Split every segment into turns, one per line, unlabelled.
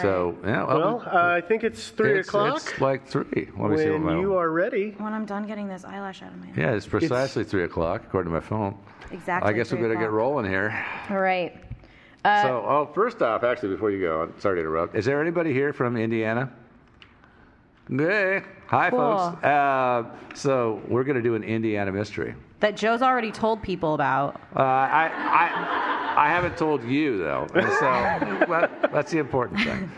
So, yeah,
Well, uh, I think it's three
it's,
o'clock.
It's like three. Let me see what
when
my
you are ready.
When I'm done getting this eyelash out of my head.
Yeah, it's precisely three o'clock according to my phone.
Exactly
I guess we
three
better get
o'clock.
rolling here.
All right. Uh,
so, oh, first off, actually, before you go, I'm sorry to interrupt. Is there anybody here from Indiana? Hey, hi,
Cool.
folks. Uh, so we're going to do an Indiana mystery.
That Joe's already told people about.
Uh, I, I, I haven't told you though, and so that, that's the important thing.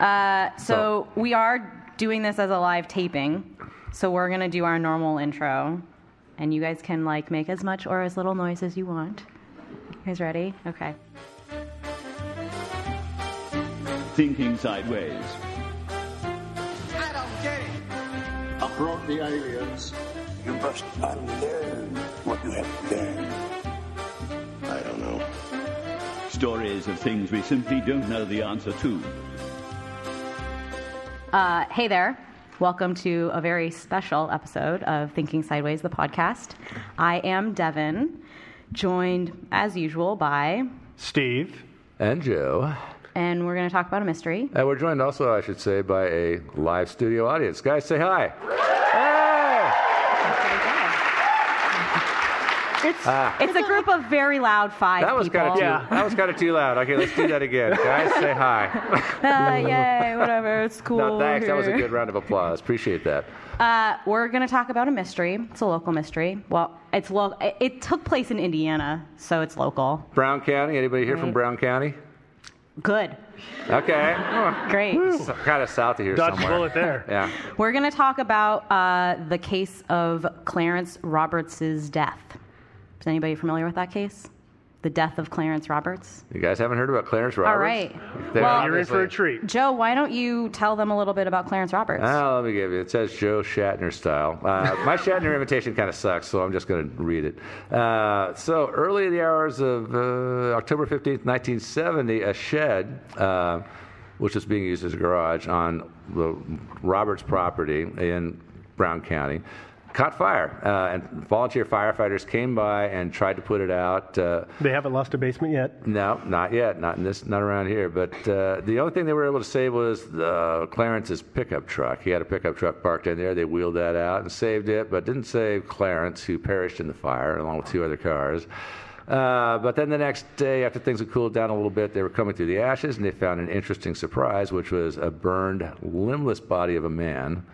Uh, so, we are doing this as a live taping. So we're gonna do our normal intro, and you guys can like make as much or as little noise as you want. You guys ready? Okay.
thinking sideways.
I don't get it.
Abroad the aliens.
You must unlearn what you have learned.
I don't know. Stories of things we simply don't know the answer to.
Uh, hey there. Welcome to a very special episode of Thinking Sideways, the podcast. I am Devin, joined as usual by,
Steve and Joe.
and we're gonna talk about a mystery.
And we're joined also, I should say, by a live studio audience. Guys, say hi.
It's,
Ah.
it's a group of very loud five
That was
people.
kind of too. That was kind of too loud. Okay, let's do that again. Guys, say hi.
Uh, yay, whatever. It's cool.
No, thanks. That was a
here.
good round of applause. Appreciate that.
Uh, we're going to talk about a mystery. It's a local mystery. Well, it's lo- it- it took place in Indiana, so it's local.
Brown County. Anybody here from
Right.
Brown County?
Mm. Good.
Okay.
Great.
kind of south of here
Dodge
somewhere.
bullet there.
Yeah.
We're going to talk about uh, the case of Clarence Roberts' death. Is anybody familiar with that case? The death of Clarence Roberts?
You guys haven't heard about Clarence Roberts?
All right.
They're
Well-
You're in for a
obviously-
treat.
Joe, why don't you tell them a little bit about Clarence Roberts?
Ah, let me give you. It says Joe Shatner style. Uh, my Shatner imitation kind of sucks, so I'm just going to read it. Uh, so, early in the hours of uh, October 15th, 1970, a shed, uh, which was being used as a garage on the Roberts property in Brown County, caught fire. Uh, and volunteer firefighters came by and tried to put it out. Uh,
They haven't lost a basement yet.
no, not yet. Not in this. Not around here. But uh, the only thing they were able to save was uh, Clarence's pickup truck. He had a pickup truck parked in there. They wheeled that out and saved it, but didn't save Clarence, who perished in the fire along with two other cars. Uh, but then the next day, after things had cooled down a little bit, they were coming through the ashes and they found an interesting surprise, which was a burned, limbless body of a man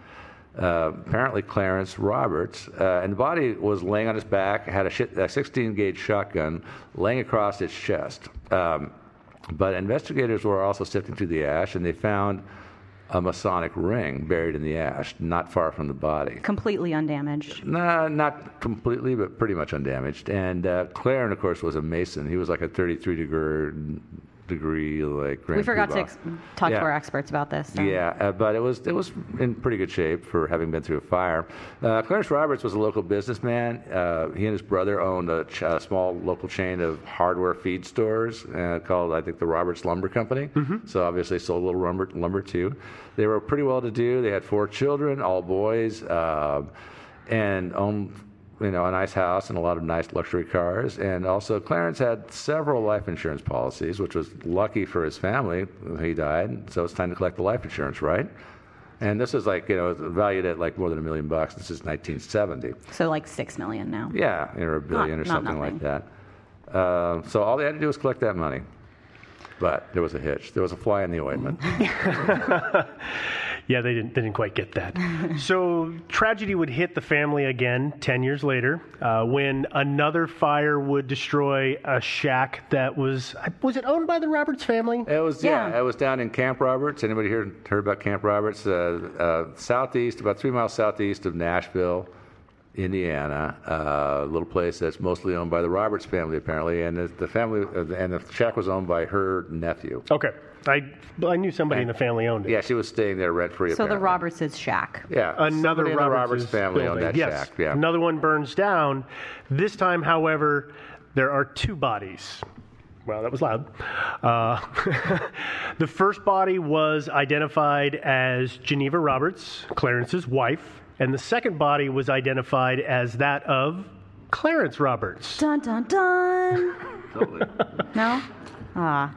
uh, apparently Clarence Roberts, uh, and the body was laying on his back, had a 16 gauge shotgun laying across its chest. Um, But investigators were also sifting through the ash, and they found a Masonic ring buried in the ash, not far from the body.
Completely undamaged.
Nah, not completely, but pretty much undamaged. And uh, Claren, of course, was a Mason. He was like a 33 degree, degree like.
we
Grand
forgot to
Poobah.
ex- talk
Yeah.
to our experts about this. so-
Yeah, uh, but it was it was in pretty good shape for having been through a fire. Uh, Clarence Roberts was a local businessman. Uh, he and his brother owned a, ch- a small local chain of hardware feed stores uh, called, I think, the Roberts Lumber Company. So obviously sold a little lumber, lumber too. They were pretty well to do. They had four children, all boys, uh, and owned you know, a nice house and a lot of nice luxury cars. And also, Clarence had several life insurance policies, which was lucky for his family. He died, so it's time to collect the life insurance, right? And this is like, you know, valued at like more than a million bucks. This is 1970.
So like six million now.
Yeah, or a billion or
not
something like that. Uh, so all they had to do was collect that money. But there was a hitch. There was a fly in the ointment.
Yeah, they didn't, they didn't quite get that. so tragedy would hit the family again 10 years later uh, when another fire would destroy a shack that was, I- was it owned by the Roberts family?
It was yeah. It was down in Camp Roberts. Anybody here heard about Camp Roberts? Uh, uh, southeast, about three miles southeast of Nashville, Indiana. Uh, A little place that's mostly owned by the Roberts family, apparently, and the, the family uh, and the shack was owned by her nephew.
Okay. I, I knew somebody in the family owned it.
Yeah, she was staying there rent free.
So the Roberts' shack.
yeah,
another
somebody in
Roberts,
the Roberts family owned that
yes.
shack, yeah.
Another one burns down. This time, however, there are two bodies. Well, that was loud. Uh, the first body was identified as Geneva Roberts, Clarence's wife, and the second body was identified as that of Clarence Roberts.
Dun dun dun. no. Ah.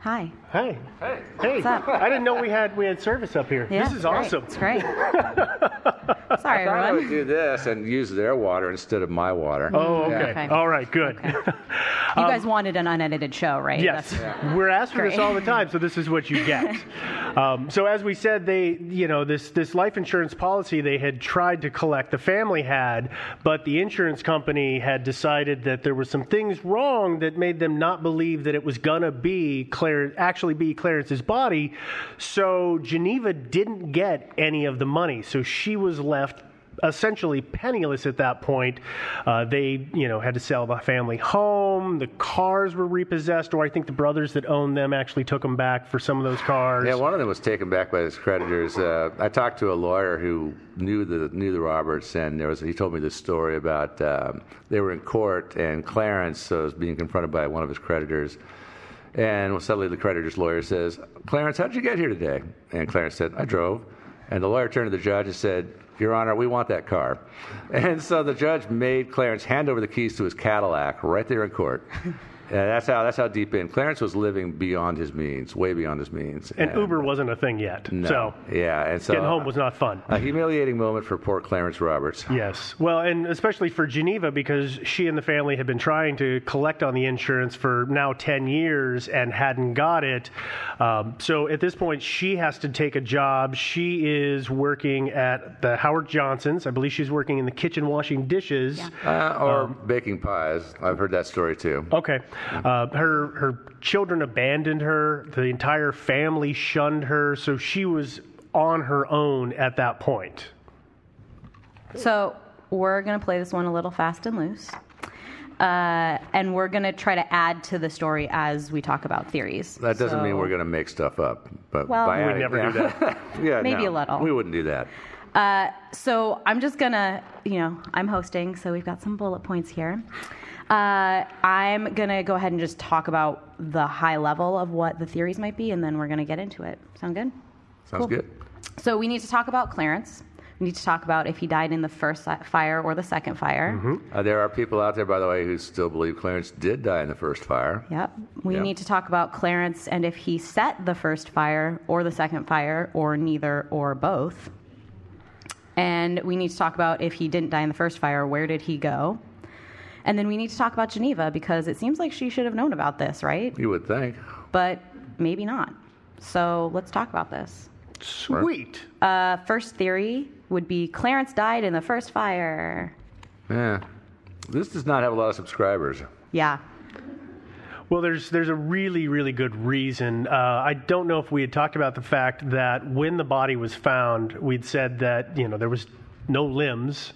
Hi.
Hey.
Hey.
Hey.
What's up?
I didn't know we had we had service up here.
Yeah,
this is
great.
awesome.
It's great.
I
Sorry,
thought I
everyone.
would do this and use their water instead of my water.
Oh,
Yeah.
okay. All right, good.
You guys wanted an unedited show, right?
Yes,
That's-
we're asked for this
Great.
all the time, so this is what you get. um, so as we said, they, you know, this this life insurance policy they had tried to collect, the family had, but the insurance company had decided that there were some things wrong that made them not believe that it was gonna be Claire, actually be Clarence's body. So Geneva didn't get any of the money, so she was left essentially penniless at that point. Uh, they, you know, had to sell the family home. The cars were repossessed, or I think the brothers that owned them actually took them back for some of those cars.
Yeah, one of them was taken back by his creditors. Uh, I talked to a lawyer who knew the knew the Roberts, and there was he told me this story about um, they were in court, and Clarence uh, was being confronted by one of his creditors, and suddenly the creditor's lawyer says, "Clarence, how did you get here today?" And Clarence said, "I drove." And the lawyer turned to the judge and said, "Your Honor, we want that car." And so the judge made Clarence hand over the keys to his Cadillac right there in court. And that's how that's how deep in Clarence was living beyond his means, way beyond his means.
and Uber wasn't a thing yet,
No.
so
yeah, and so
getting home was not fun.
a humiliating moment for poor Clarence Roberts.
Yes. Well, and especially for Geneva because she and the family had been trying to collect on the insurance for now 10 years and hadn't got it. Um, so at this point, she has to take a job. She is working at the Howard Johnson's. I believe she's working in the kitchen washing dishes.
Uh, or baking pies. I've heard that story too.
Okay. Uh, her her children abandoned her. The entire family shunned her. So she was on her own at that point.
So we're going to play this one a little fast and loose. Uh, and we're going to try to add to the story as we talk about theories.
That doesn't mean
So-
we're going to make stuff up, but
Well-
by
We'd
adding-
never do that.
yeah,
Maybe a
no,
little.
We wouldn't do that.
Uh, so I'm just gonna, you know, I'm hosting, so we've got some bullet points here. Uh, I'm gonna go ahead and just talk about the high level of what the theories might be, and then we're gonna get into it. Sound good?
Sounds good.
So we need to talk about Clarence. We need to talk about if he died in the first si- fire or the second fire.
Uh, there are people out there, by the way, who still believe Clarence did die in the first fire.
Yep. We
Yep.
need to talk about Clarence and if he set the first fire or the second fire or neither or both. And we need to talk about if he didn't die in the first fire, where did he go? And then we need to talk about Geneva because it seems like she should have known about this, right?
You would think.
But maybe not. So let's talk about this.
Sweet.
Uh, first theory would be Clarence died in the first fire.
Yeah. This does not have a lot of subscribers.
Yeah.
Well, there's there's a really really good reason. Uh, I don't know if we had talked about the fact that when the body was found, we'd said that you know there was no limbs.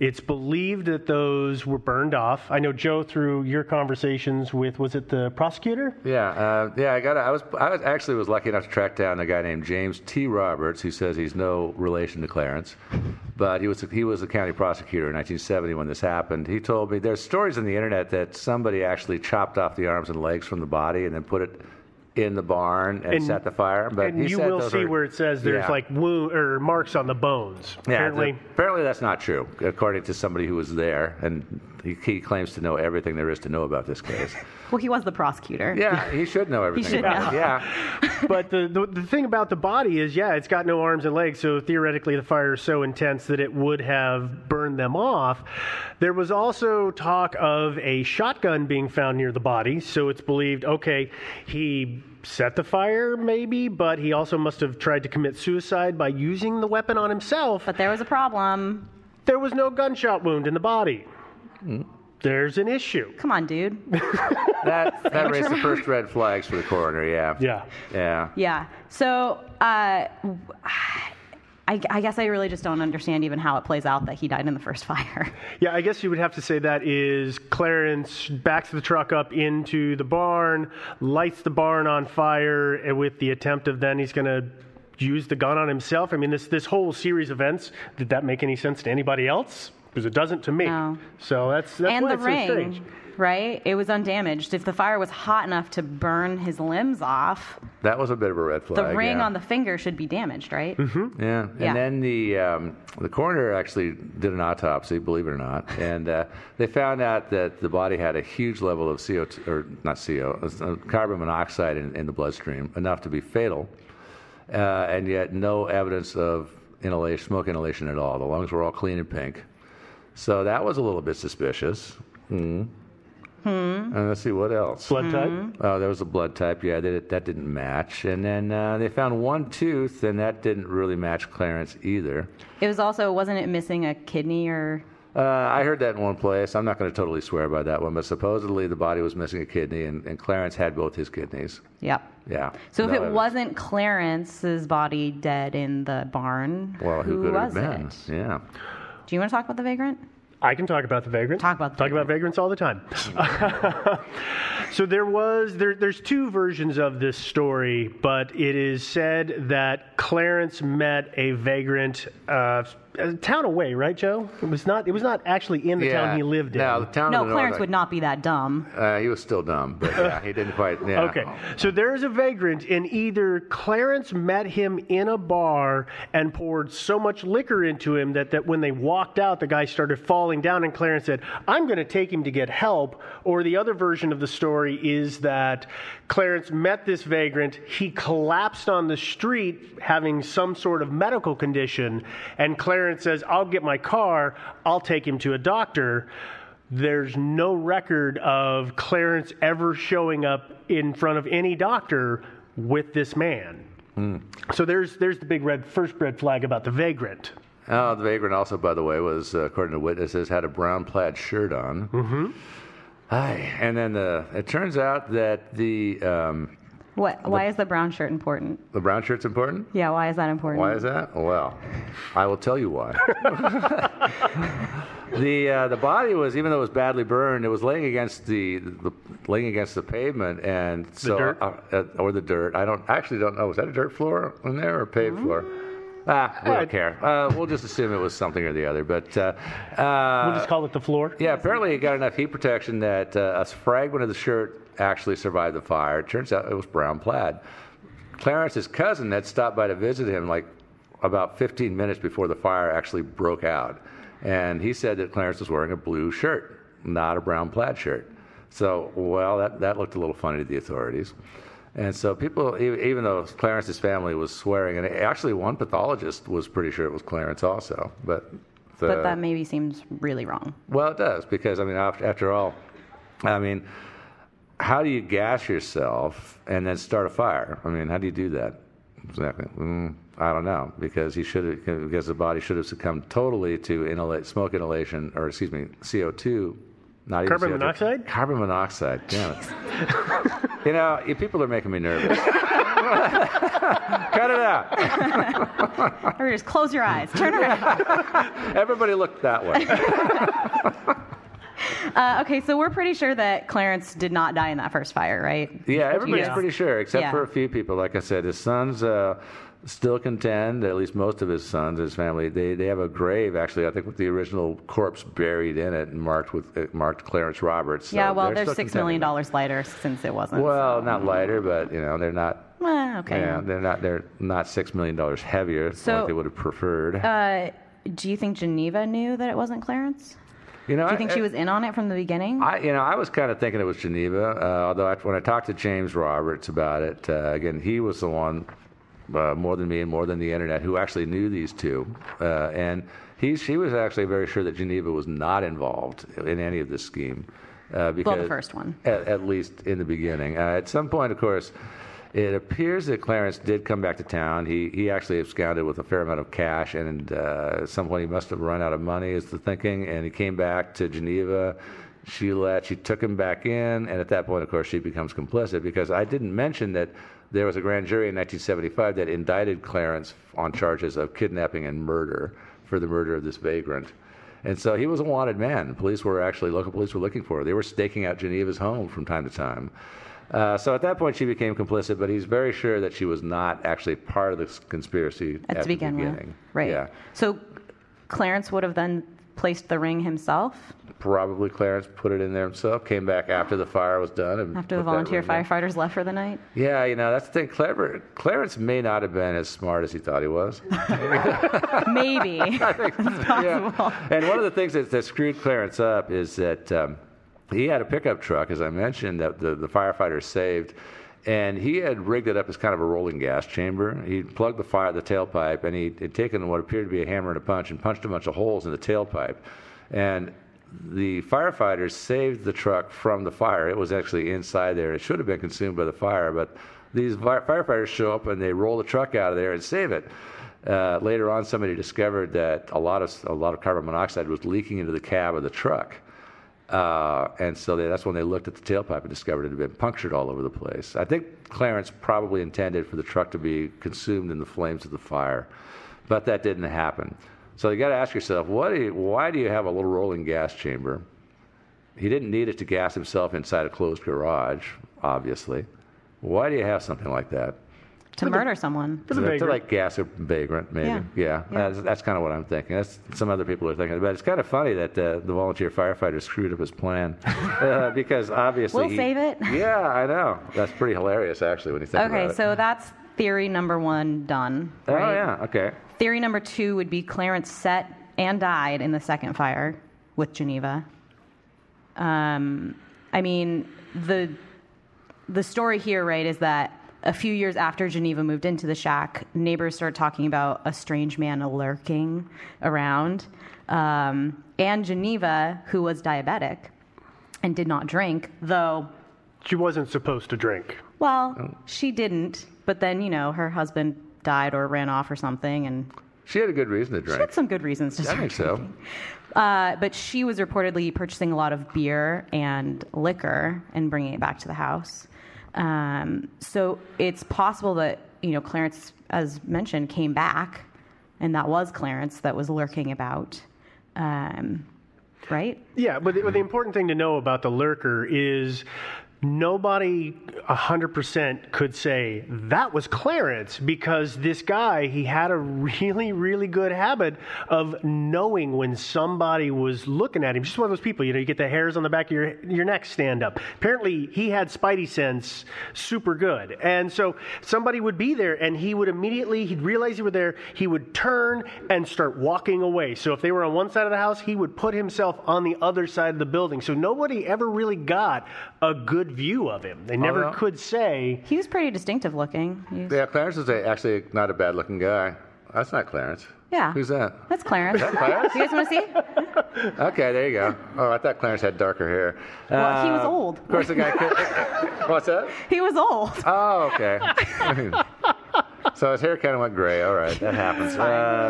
It's believed that those were burned off. I know Joe through your conversations with was it the prosecutor?
Yeah, uh, yeah. I got. I was. I was actually was lucky enough to track down a guy named James T. Roberts, who says he's no relation to Clarence, but he was he was a county prosecutor in 1970 when this happened. He told me there's stories on the internet that somebody actually chopped off the arms and legs from the body and then put it in the barn and,
And-
set the fire. But
and
he
you
said
will
those
see
are-
where it says there's
Yeah.
like wound or marks on the bones. apparently,
th- apparently that's not true, according to somebody who was there, and he, he claims to know everything there is to know about this case.
Well, he was the prosecutor.
Yeah, he should know everything
should
about
know.
it. Yeah.
but the, the the thing about the body is, yeah, it's got no arms and legs, so theoretically the fire is so intense that it would have burned them off. There was also talk of a shotgun being found near the body, so it's believed okay, he set the fire maybe, but he also must have tried to commit suicide by using the weapon on himself. But
there was a problem.
There was no gunshot wound in the body. There's an issue.
Come on, dude.
That, that raised the first red flags for the coroner, yeah.
Yeah.
Yeah.
Yeah. So, uh, w- I, I guess I really just don't understand even how it plays out that he died in the first fire.
Yeah, I guess you would have to say that is Clarence backs the truck up into the barn, lights the barn on fire, and with the attempt of then he's going to use the gun on himself. I mean, this this whole series of events did that make any sense to anybody else? Because it doesn't to me. So that's that's
and
why
the
it's
ring,
so strange.
right? It was undamaged. If the fire was hot enough to burn his limbs off,
That was a bit of a red
the
flag.
ring
yeah.
on the finger should be damaged, right?
Mm-hmm. Yeah. And
Yeah.
then the um, the coroner actually did an autopsy, believe it or not, and uh, they found out that the body had a huge level of CO or not CO uh, carbon monoxide in, in the bloodstream, enough to be fatal, uh, and yet no evidence of inhalation, smoke inhalation at all. The lungs were all clean and pink, so that was a little bit suspicious. Mm.
Hmm.
And let's see what else.
Blood type?
Mhm.
Oh, there was a blood type. Yeah, that, that didn't match. And then uh, they found one tooth, and that didn't really match Clarence either.
It was also wasn't it missing a kidney or
Uh, I heard that in one place. I'm not going to totally swear by that one, but supposedly the body was missing a kidney, and, and Clarence had both his kidneys.
yep.
Yeah.
So if
No
it
evidence.
wasn't Clarence's body dead in the barn,
well, who,
who
could
was
it have been? Yeah.
Do you want to talk about the vagrant?
I can talk about the vagrant. Talk about the talk about vagrants all the time. so there was there, there's two versions of this story, but it is said that Clarence met a vagrant uh, a town away, right, Joe? It was not it was not actually in the
Yeah.
town he lived in.
No, the town
no, Clarence would not be that dumb.
Uh, he was still dumb, but yeah, he didn't quite. Yeah.
Okay. So there is a vagrant, and either Clarence met him in a bar and poured so much liquor into him that, that when they walked out, the guy started falling down, and Clarence said, I'm going to take him to get help. Or the other version of the story is that Clarence met this vagrant, he collapsed on the street having some sort of medical condition, and Clarence says, I'll get my car, I'll take him to a doctor there's no record of Clarence ever showing up in front of any doctor with this man. So there's there's the big red first red flag about the vagrant.
Oh, the vagrant also, by the way, was uh, according to witnesses, had a brown plaid shirt on. Mm-hmm. and then the, it turns out that the um,
What? Why is the brown shirt important?
the brown shirt's important.
Yeah, why is that important?
Why is that? Well, I will tell you why. the uh, the body was even though it was badly burned, it was laying against the, the laying against the pavement, and so
dirt?
Uh, uh, or the dirt. I don't I actually don't know. Was that a dirt floor in there or a paved floor? Ah, we don't care. Uh, we'll just assume it was something or the other. But uh, uh,
We'll just call it the floor.
yeah, apparently it got enough heat protection that uh, a fragment of the shirt actually survived the fire. It turns out it was brown plaid. Clarence's cousin had stopped by to visit him like about 15 minutes before the fire actually broke out. And he said that Clarence was wearing a blue shirt, not a brown plaid shirt. So, well, that, that looked a little funny to the authorities. And so people, e- even though Clarence's family was swearing, and actually one pathologist was pretty sure it was Clarence also, but the,
but that maybe seems really wrong.
well, it does because I mean, after, after all, I mean, how do you gas yourself and then start a fire? I mean, how do you do that exactly? Mm, I don't know because he should have because the body should have succumbed totally to inhala- smoke inhalation or excuse me, CO two
Not even
Carbon
CO2.
monoxide?
Carbon monoxide. Damn it. you know, you people are making me nervous. Cut it out.
Or just close your eyes, turn around.
Everybody looked that way.
Uh, okay, so we're pretty sure that Clarence did not die in that first fire, right?
Yeah, everybody's
Yeah.
pretty sure, except
Yeah.
for a few people. Like I said, his sons uh, still contend, at least most of his sons, his family. They, they have a grave, actually, I think, with the original corpse buried in it and marked, with, uh, marked Clarence Roberts. So
yeah, well, they're,
still
six
contending.
million dollars lighter since it wasn't.
Well, not lighter, but, you know, they're not.
Well, okay.
Yeah, they're not. They're not six million dollars heavier,
So-
like they would have preferred.
Uh, do you think Geneva knew that it wasn't Clarence?
you know,
do you think
I-
she
I-
was in on it from the beginning?
I, you know, I was kind of thinking it was Geneva. Uh, although I, when I talked to James Roberts about it, uh, again, he was the one uh, more than me and more than the internet who actually knew these two, uh, and he she was actually very sure that Geneva was not involved in any of this scheme. Uh, because
first one.
at, at least in the beginning. Uh, at some point, of course, it appears that Clarence did come back to town. He he actually absconded with a fair amount of cash, and uh, at some point he must have run out of money, is the thinking. And he came back to Geneva. She let she took him back in, and at that point, of course, she becomes complicit because I didn't mention that there was a grand jury in 1975 that indicted Clarence on charges of kidnapping and murder for the murder of this vagrant. And so he was a wanted man. Police were actually local police were looking for. Her. They were staking out Geneva's home from time to time. Uh, so at that point, she became complicit. But he's very sure that she was not actually part of this conspiracy
At
at,
to begin with,
the beginning.
right.
Yeah.
So Clarence would have then placed the ring himself
Probably Clarence put it in there himself. Came back after the fire was done. And
after
put
the
that
volunteer
ring in.
firefighters left for the night.
Yeah, you know that's the thing. Clever Clarence may not have been as smart as he thought he was.
Maybe.
And one of the things that, that screwed Clarence up is that um, he had a pickup truck, as I mentioned, that the, the firefighters saved, and he had rigged it up as kind of a rolling gas chamber. He plugged the fire, the tailpipe, and he had taken what appeared to be a hammer and a punch and punched a bunch of holes in the tailpipe, and. The firefighters saved the truck from the fire. It was actually inside there. It should have been consumed by the fire, but these fi- firefighters show up and they roll the truck out of there and save it. Uh, later on, somebody discovered that a lot of a lot of carbon monoxide was leaking into the cab of the truck, uh, and so they, that's when they looked at the tailpipe and discovered it had been punctured all over the place. I think Clarence probably intended for the truck to be consumed in the flames of the fire, but that didn't happen. So you got to ask yourself, what? Do you, why do you have a little rolling gas chamber? He didn't need it to gas himself inside a closed garage, obviously. Why do you have something like that?
to murder someone.
To like gas or vagrant, maybe.
Yeah.
Yeah, Uh, That's, that's kind of what I'm thinking. That's some other people are thinking. But it's kind of funny that uh, the volunteer firefighter screwed up his plan uh, because obviously
We'll
he-
save it.
Yeah, I know. That's pretty hilarious, actually, when you think about
Okay,
it.
so that's theory number one done.
Oh
right?
yeah. Okay.
Theory number two would be Clarence set and died in the second fire with Geneva. Um, I mean, the the story here, right, is that a few years after Geneva moved into the shack, neighbors start talking about a strange man lurking around, um, and Geneva, who was diabetic and did not drink, though
She wasn't supposed to drink.
well, she didn't, but then, you know, her husband died or ran off or something, and
She had a good reason to drink.
she had some good reasons to
I
start
think so.
Uh, but she was reportedly purchasing a lot of beer and liquor and bringing it back to the house. Um, so it's possible that, you know, Clarence, as mentioned, came back, and that was Clarence that was lurking about. Um, right?
Yeah, but the, but the important thing to know about the lurker is nobody 100% could say that was Clarence because this guy, he had a really, really good habit of knowing when somebody was looking at him. Just one of those people, you know, you get the hairs on the back of your, your neck stand up. Apparently, he had spidey sense super good. And so somebody would be there and he would immediately, he'd realize you were there, he would turn and start walking away. So if they were on one side of the house, he would put himself on the other side of the building. So nobody ever really got a good view of him. They never
Although-
could say.
He was pretty distinctive looking. He was-
Yeah, Clarence is a, actually not a bad-looking guy. That's not Clarence.
yeah.
Who's that?
That's Clarence.
Is that Clarence?
you guys want to see?
Okay, there you go. Oh, I thought Clarence had darker hair.
Well, he was
Uh,
old.
Of course, the guy. Could, what's that?
He was old.
Oh, okay. so his hair kind of went gray. All right, that happens.
Uh.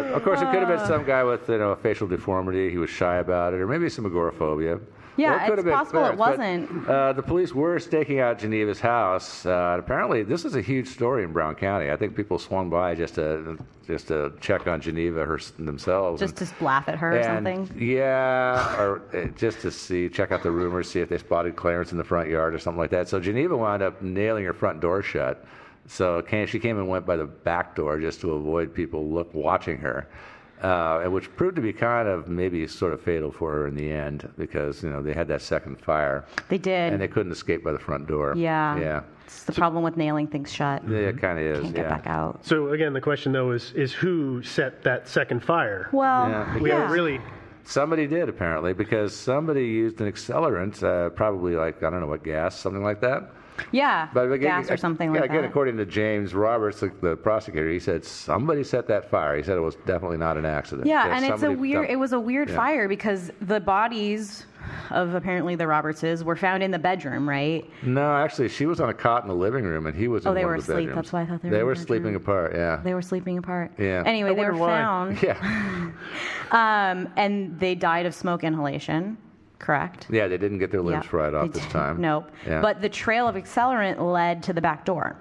Uh, of course, it could have been some guy with you know a facial deformity. He was shy about it, or maybe some agoraphobia.
Yeah,
Well, it could
it's
have been
possible it
Clarence,
wasn't.
but, uh, the police were staking out Geneva's house. Uh, and apparently, this is a huge story in Brown County. I think people swung by just to just to check on Geneva her, themselves.
Just
and-
to laugh at her or
and,
something.
Yeah, or uh, just to see, check out the rumors, see if they spotted Clarence in the front yard or something like that. So Geneva wound up nailing her front door shut. So can, she came and went by the back door just to avoid people look watching her, uh, and which proved to be kind of maybe sort of fatal for her in the end because you know they had that second fire.
They did.
and they couldn't escape by the front door.
Yeah.
yeah,
It's the problem with nailing things shut.
yeah it kind of is.
Can't
yeah.
get back out.
So again, the question though is is who set that second fire?
Well,
we
because
haven't really
Somebody did apparently because somebody used an accelerant, uh, probably like I don't know what gas, something like that.
Yeah,
But again,
gas or something
yeah,
like
again,
that.
according to James Roberts, the, the prosecutor, he said somebody set that fire. He said it was definitely not an accident.
Yeah, and it's a
somebody
weird.
dumped-
It was a weird
Yeah.
fire because the bodies of apparently the Robertses were found in the bedroom, right?
No, actually, she was on a cot in the living room, and he was.
Oh,
in
they
one
were
of the
asleep.
bedrooms.
That's why I thought they were
They
in
were
the
sleeping apart. Yeah.
Mm-hmm. They were sleeping apart.
Yeah.
Anyway, they were found.
Yeah.
Um, and they died of smoke inhalation, correct?
Yeah, they didn't get their limbs
Yeah,
fried off
they
this time.
Nope.
Yeah.
But the trail of accelerant led to the back door.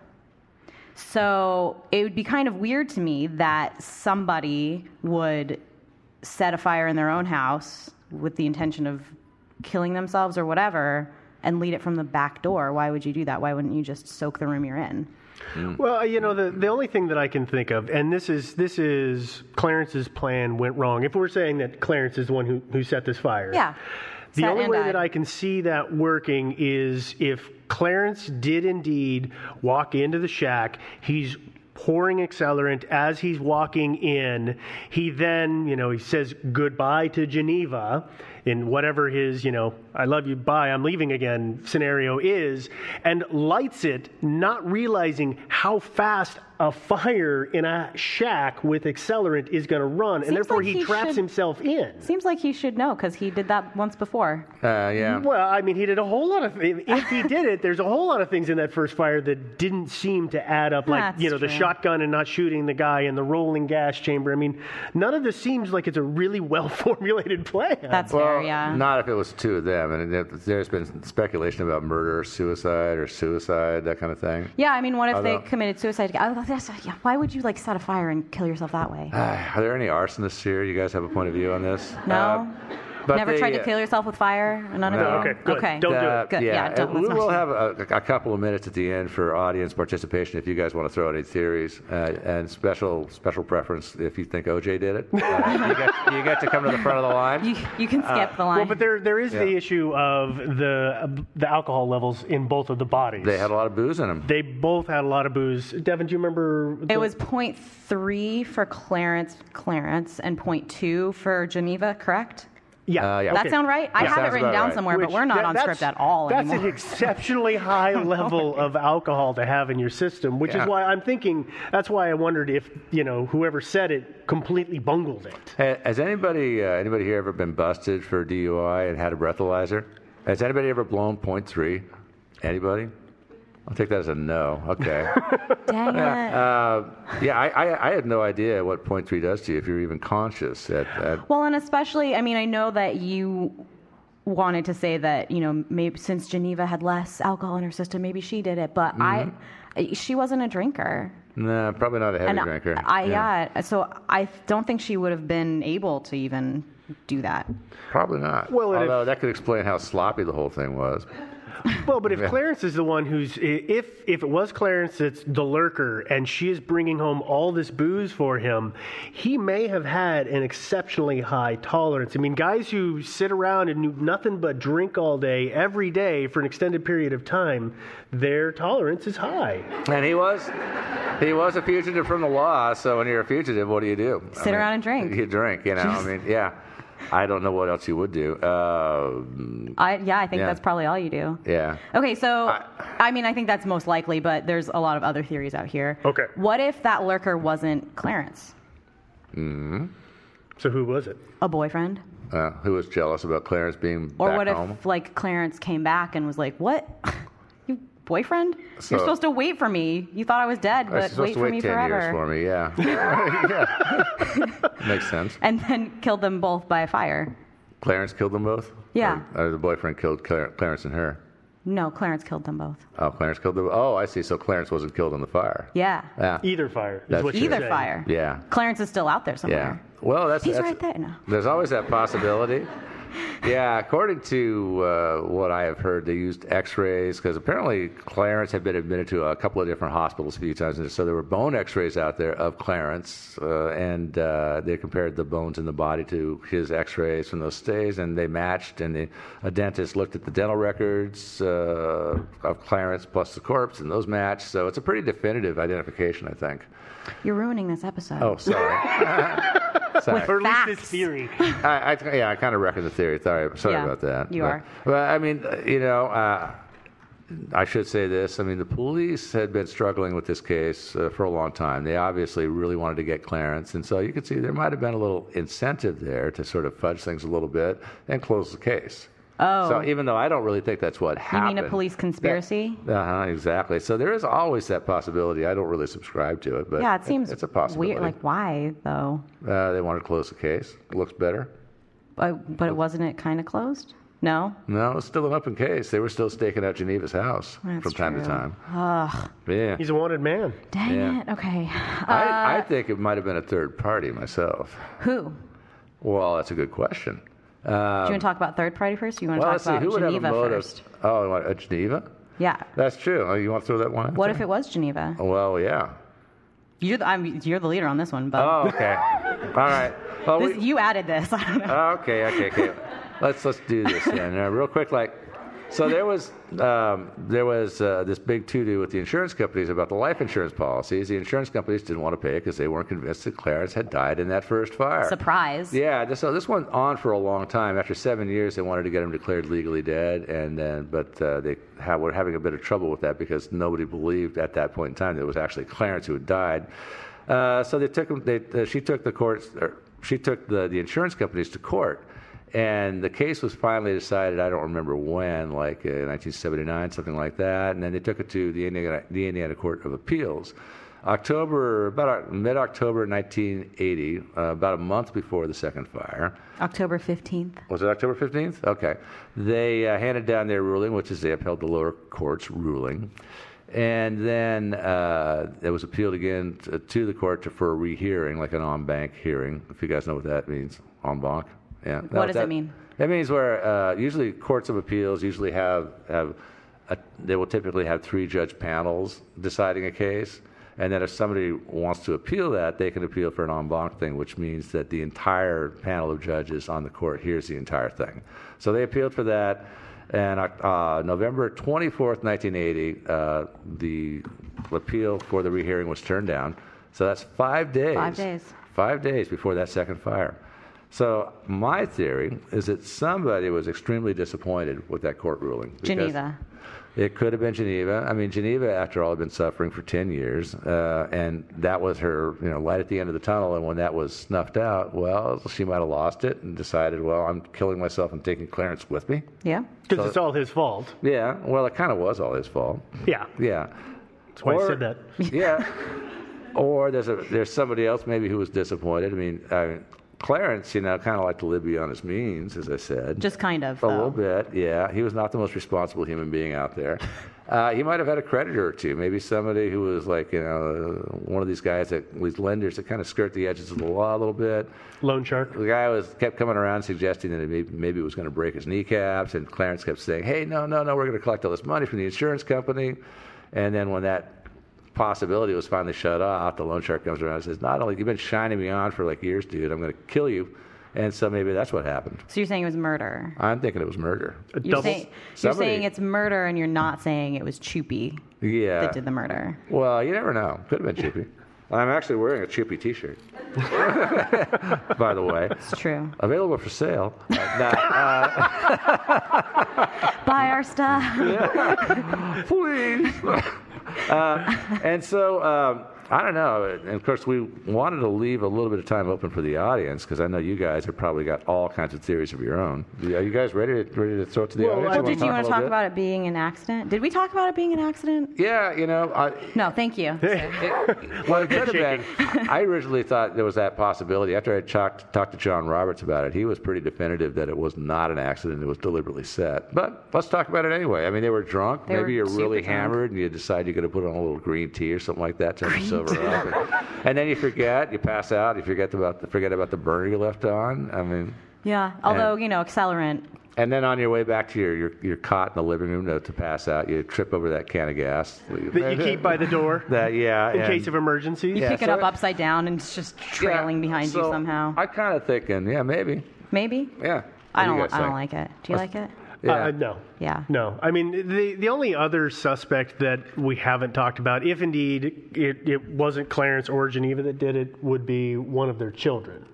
So it would be kind of weird to me that somebody would set a fire in their own house with the intention of killing themselves or whatever and lead it from the back door. Why would you do that? Why wouldn't you just soak the room you're in?
Well, you know, the, the only thing that I can think of, and this is this is Clarence's plan went wrong. If we're saying that Clarence is the one who, who set this fire,
Yeah.
The
Set
only
and
way
died.
that I can see that working is if Clarence did indeed walk into the shack. He's pouring accelerant as he's walking in. He then, you know, he says goodbye to Geneva in whatever his, you know, I love you, bye, I'm leaving again scenario is, and lights it, not realizing how fast a fire in a shack with accelerant is going to run, and
Seems
therefore
like
he,
he
traps
should-
himself in.
Seems like he should know because he did that once before.
Uh, yeah.
Well, I mean, he did a whole lot of. If if he did it, there's a whole lot of things in that first fire that didn't seem to add up, like
That's
you know the
true.
shotgun and not shooting the guy and the rolling gas chamber. I mean, none of this seems like it's a really well formulated plan.
That's fair, yeah.
Not if it was two of them. And it- there's been speculation about murder, or suicide, or suicide, that kind of thing.
Yeah, I mean, what if they
Although-
committed suicide? I thought that's- yeah, Why would you like set a fire and kill yourself that way?
Are there any arsonists here? You guys have a point of view on this?
No.
but
Never
they-
tried to kill yourself with fire? None
No.
of you? Okay.
Uh,
Good.
Yeah,
Yeah, don't.
and we
let's not
will
do
have a, a couple of minutes at the end for audience participation if you guys want to throw out any theories uh, and special special preference if you think OJ did it. Uh, you, get, you get to come to the front of the line.
You, you can skip the line.
Well, but there there is
Yeah.
the issue of the the alcohol levels in both of the bodies.
They had a lot of booze in them.
They both had a lot of booze. Devin, do you remember?
it
the-
was 0.3 for Clarence, Clarence, and 0.2 for Geneva, correct?
Uh,
Yeah,
That sound right? I have it written down somewhere, but
Which-
we're not
that-
on
that's-
script at all
That's
anymore.
an exceptionally high level of alcohol to have in your system, which
Yeah.
is why I'm thinking. That's why I wondered if you know whoever said it completely bungled it.
Ha- Has anybody uh, anybody here ever been busted for DUI and had a breathalyzer? Has anybody ever blown point three? Anybody? I'll take that as a no. Okay.
Dang it.
uh, yeah, I, I, I had no idea what point three does to you if you're even conscious. At, at,
Well, and especially, I mean, I know that you wanted to say that, you know, maybe since Geneva had less alcohol in her system, maybe she did it, but I, she wasn't a drinker.
Mm-hmm. nah, probably not a heavy
and
drinker.
I, yeah. so I don't think she would have been able to even do that.
Probably not.
Well, and if-
Although that could explain how sloppy the whole thing was.
Well, but if
Yeah.
Clarence is the one who's i- if if it was Clarence that's the lurker and she is bringing home all this booze for him, he may have had an exceptionally high tolerance. I mean, guys who sit around and do nothing but drink all day every day for an extended period of time, their tolerance is high.
And he was, he was a fugitive from the law. So when you're a fugitive, what do you do?
Sit around and drink.
You drink, you know. I mean, yeah. I don't know what else you would do. Uh,
I, yeah, I think
Yeah.
that's probably all you do.
yeah.
Okay, so I, mean, I think that's most likely, but there's a lot of other theories out here.
Okay.
What if that lurker wasn't Clarence,
Mm-hmm.
So who was it?
a boyfriend?
Uh, who was jealous about Clarence being
Or
back
what
home?
if like Clarence came back and was like, "What, you boyfriend?
So-
You're supposed to wait for me. You thought I was dead,
I was
but
supposed
wait
to
for
wait
me
ten
forever."
years for me. Yeah. yeah. Makes sense.
And then killed them both by fire.
Clarence killed them both?
Yeah.
Or the boyfriend killed Clar- Clarence and her?
No, Clarence killed them both.
Oh, Clarence killed them. Oh, I see. So Clarence wasn't killed in the fire.
Yeah.
Yeah.
Either fire.
That's- what you're
Either
saying.
fire.
Yeah.
Clarence is still out there
Yeah.
somewhere.
Well, that's
He's
that's-
right there now.
There's always that possibility. Yeah, according to uh, what I have heard, they used X-rays because apparently Clarence had been admitted to a couple of different hospitals a few times, and so there were bone X-rays out there of Clarence, uh, and uh, they compared the bones in the body to his X-rays from those stays, and they matched. And the, a dentist looked at the dental records uh, of Clarence plus the corpse, and those matched. So it's a pretty definitive identification, I think.
You're ruining this episode.
Oh, sorry. sorry.
Or at least this theory.
I, I, yeah, I kind of reckon the theory. Sorry, sorry
Yeah,
about that.
you
but,
are.
But I mean, uh, you know, uh, I should say this. I mean, the police had been struggling with this case uh, for a long time. They obviously really wanted to get Clarence, and so you could see there might have been a little incentive there to sort of fudge things a little bit and close the case.
Oh.
So even though I don't really think that's what
you
happened.
mean a police conspiracy?
Uh huh. Exactly. So there is always that possibility. I don't really subscribe to it, but
yeah, it seems
it's a possibility.
weird. Like, why though?
uh, they wanted to close the case. Looks better.
But, but wasn't it kind of closed? No.
No, it's still an open case. They were still staking out Geneva's house
That's
from time
true.
to time.
Ugh.
Yeah.
He's a wanted man.
Dang
Yeah.
it. Okay. Uh,
I, I think it might have been a third party myself.
who?
Well, that's a good question.
Do
Um,
you want to talk about third party first? Or you want
well,
to
let's see.
talk
Who
about
would have
Geneva
a motive?
first?
Oh, what, uh, Geneva?
Yeah.
That's true. Oh, you want to throw that one out?
What if it was Geneva?
Well, yeah.
You're the, I'm, you're the leader on this one, but
Oh, okay. All right. Well, we-
this, you added this. I don't know.
Oh, okay, okay, okay. let's let's do this then. Uh, real quick, like, so there was um, there was uh, this big to do with the insurance companies about the life insurance policies. The insurance companies didn't want to pay because they weren't convinced that Clarence had died in that first fire.
Surprise.
Yeah, this, so this went on for a long time. After seven years, they wanted to get him declared legally dead, and then but uh, they ha- were having a bit of trouble with that because nobody believed at that point in time that it was actually Clarence who had died. Uh, so they took him. They, uh, she took the courts. Or she took the, the insurance companies to court. And the case was finally decided. I don't remember when, like uh, 1979, something like that. And then they took it to the Indiana, the Indiana Court of Appeals. October, about mid October 1980, uh, about a month before the second fire.
October 15th.
Was it October 15th? Okay. They uh, handed down their ruling, which is they upheld the lower court's ruling. And then uh, it was appealed again to, to the court to, for a rehearing, like an en banc hearing, if you guys know what that means. En banc? Yeah.
What does it mean?
That means where uh, usually courts of appeals usually have, have a, they will typically have three judge panels deciding a case. And then if somebody wants to appeal that, they can appeal for an en banc thing, which means that the entire panel of judges on the court hears the entire thing. So they appealed for that. And uh, November 24th, 1980, uh, the appeal for the rehearing was turned down. So that's five days.
Five days.
Five days before that second fire. So my theory is that somebody was extremely disappointed with that court ruling. because
Geneva.
It could have been Geneva. I mean, Geneva, after all, had been suffering for 10 years, uh, and that was her, you know, light at the end of the tunnel. And when that was snuffed out, well, she might have lost it and decided, well, I'm killing myself and taking Clarence with me.
Yeah.
Because it's all his fault.
Yeah. Well, it kind of was all his fault.
Yeah.
Yeah.
That's why I said that.
Yeah. or there's a there's somebody else maybe who was disappointed. I mean, I, Clarence, you know, kind of liked to live beyond his means, as I said.
Just kind of.
a
though.
little bit, yeah. He was not the most responsible human being out there. Uh, he might have had a creditor or two, maybe somebody who was like, you know, one of these guys that these lenders that kind of skirt the edges of the law a little bit.
Loan shark.
The guy was kept coming around suggesting that maybe, maybe it was going to break his kneecaps, and Clarence kept saying, "Hey, no, no, no, we're going to collect all this money from the insurance company." And then when that possibility was finally shut off, the loan shark comes around and says, "Not only you've been shining me on for like years, dude, I'm going to kill you." And so maybe that's what happened.
So you're saying it was murder.
I'm thinking it was murder.
You're, saying, you're
Somebody-
saying it's murder, and you're not saying it was Choopy
yeah.
that did the murder.
Well, you never know. Could have been Chippy. I'm actually wearing a Chippy T-shirt, by the way.
It's true.
Available for sale. Uh, nah, uh,
Buy our stuff.
please. uh, and so, um,
I don't know. And of course, we wanted to leave a little bit of time open for the audience because I know you guys have probably got all kinds of theories of your own. Are you guys ready to, ready to throw it to the
Well,
audience?
I-
Did you want
a
to talk
little
about it being an accident? Did we talk about it being an accident?
bit? Yeah, you know, I,
No, thank you.
well, it could have been. I originally thought there was that possibility. After I talked, talked to John Roberts about it, he was pretty definitive that it was not an accident. It was deliberately set. But let's talk about it anyway. I mean, they were drunk.
They were
Maybe you're
super
really
drunk.
hammered and you decide you're going to put on a little green tea or something like that, turn the
Green
silver
tea.
up. And, and then you forget, you pass out, you forget about the, forget about the burner you left on. I mean,
Yeah, although, you know, accelerant.
and then on your way back to your, your, your cot in the living room to, to pass out, you trip over that can of gas.
That you keep by the door
That, yeah.
in
and-
case of emergencies.
You
Yeah,
pick it
so
up
it-
upside down and it's just trailing behind you
so
somehow.
I kind of thinking, yeah, maybe.
Maybe?
Yeah.
I
What do you
don't,
guys
I don't
think?
like it. Do you like it?
Uh, no.
Yeah.
No. I mean, the the only other suspect that we haven't talked about, if indeed it, it wasn't Clarence or Geneva that did it, would be one of their children.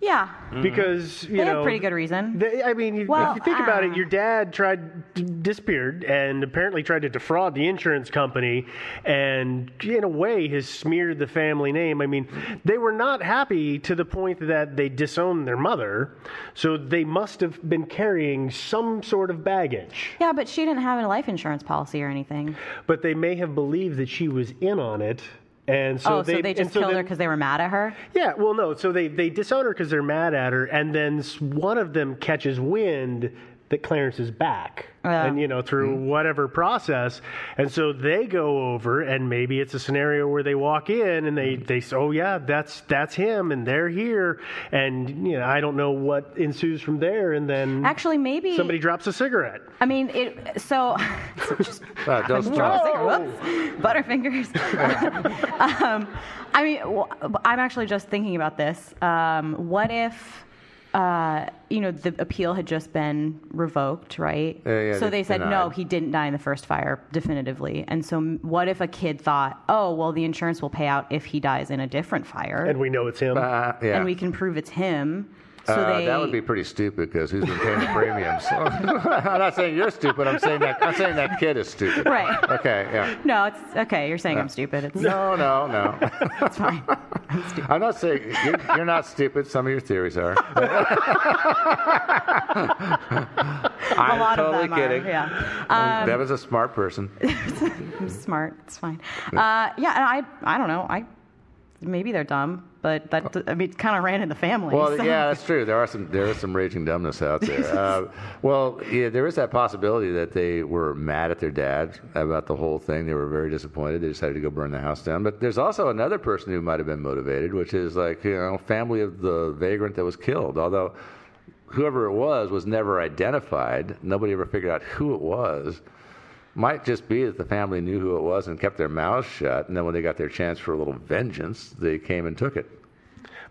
Yeah.
Because, you
they
know,
have pretty good reason.
They, I mean, you-
Well,
if you think about
uh,
it, your dad tried d- disappeared and apparently tried to defraud the insurance company, and in a way, has smeared the family name. I mean, they were not happy to the point that they disowned their mother, so they must have been carrying some sort of baggage.
Yeah, but she didn't have a life insurance policy or anything.
But they may have believed that she was in on it, and so
oh,
they
so they
and
just
so
killed
then-
her because they were mad at her?
yeah, well, no. So they they disown her because they're mad at her, and then s- one of them catches wind that Clarence is back, and you know through whatever process, and so they go over, and maybe it's a scenario where they walk in and they they say, oh yeah, that's that's him, and they're here, and you know I don't know what ensues from there, and then
Actually, maybe.
somebody drops a cigarette.
I mean, it. So,
Uh, don't
Drop a
stop.
cigarette.
Oh.
Whoops. Butterfingers. um, I mean, w- I'm actually just thinking about this. Um, what if, uh, you know, the appeal had just been revoked, right?
Yeah, yeah,
so
de-
they said no,
denied.
he didn't die in the first fire definitively. And so, m- what if a kid thought, oh, well, the insurance will pay out if he dies in a different fire,
and we know it's him,
Uh, yeah.
and we can prove it's him. So
Uh,
they
That would be pretty stupid because who's been paying the premiums? I'm not saying you're stupid. I'm saying that I'm saying that kid is stupid.
Right.
Okay. Yeah.
no, it's okay. You're saying
Yeah.
I'm stupid. It's
No, no, no. It's fine. I'm
stupid.
I'm not saying you're, you're not stupid. Some of your theories are. I'm
lot of
totally
them are,
kidding.
yeah.
Um,
Um,
Devin's a smart person.
I'm smart. It's fine. Uh, yeah, and I I don't know. I maybe they're dumb, but that I mean, it kind of ran in the family.
Oh. Well,
so-
yeah, that's true. There are some there is some raging dumbness out there. Uh, well, yeah, there is that possibility that they were mad at their dad about the whole thing. They were very disappointed. They decided to go burn the house down. But there's also another person who might have been motivated, which is like you know, family of the vagrant that was killed. Although whoever it was was never identified. Nobody ever figured out who it was. Might just be that the family knew who it was and kept their mouths shut, and then when they got their chance for a little vengeance, they came and took it.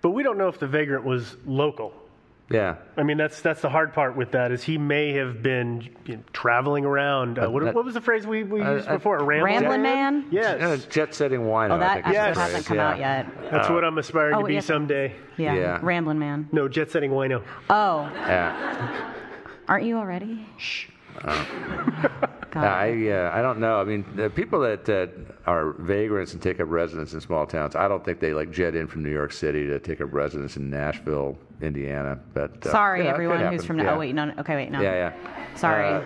but we don't know if the vagrant was local.
Yeah.
I mean, that's that's the hard part with that is he may have been you know, traveling around. Uh, what,
that-
what was the phrase we, we
Uh,
used
uh,
before? A rambling,
Ramblin' man?
Yes.
Uh, jet setting wino.
Oh, that
I think is the
episode hasn't
phrase,
come
yeah.
out yet.
That's
Uh,
what I'm aspiring
Oh,
to be
yeah.
someday.
yeah,
yeah.
Ramblin' man.
No, jet setting wino.
Oh,
Yeah.
aren't you already? Oh. Shh.
Uh, I yeah, I don't know. I mean, the people that, that are vagrants and take up residence in small towns, I don't think they like jet in from New York City to take up residence in Nashville, Indiana. But uh,
Sorry,
yeah, it could
everyone who's
happen,
from.
yeah.
Oh wait, no, no. Okay, wait, no.
Yeah, yeah.
Sorry.
Uh,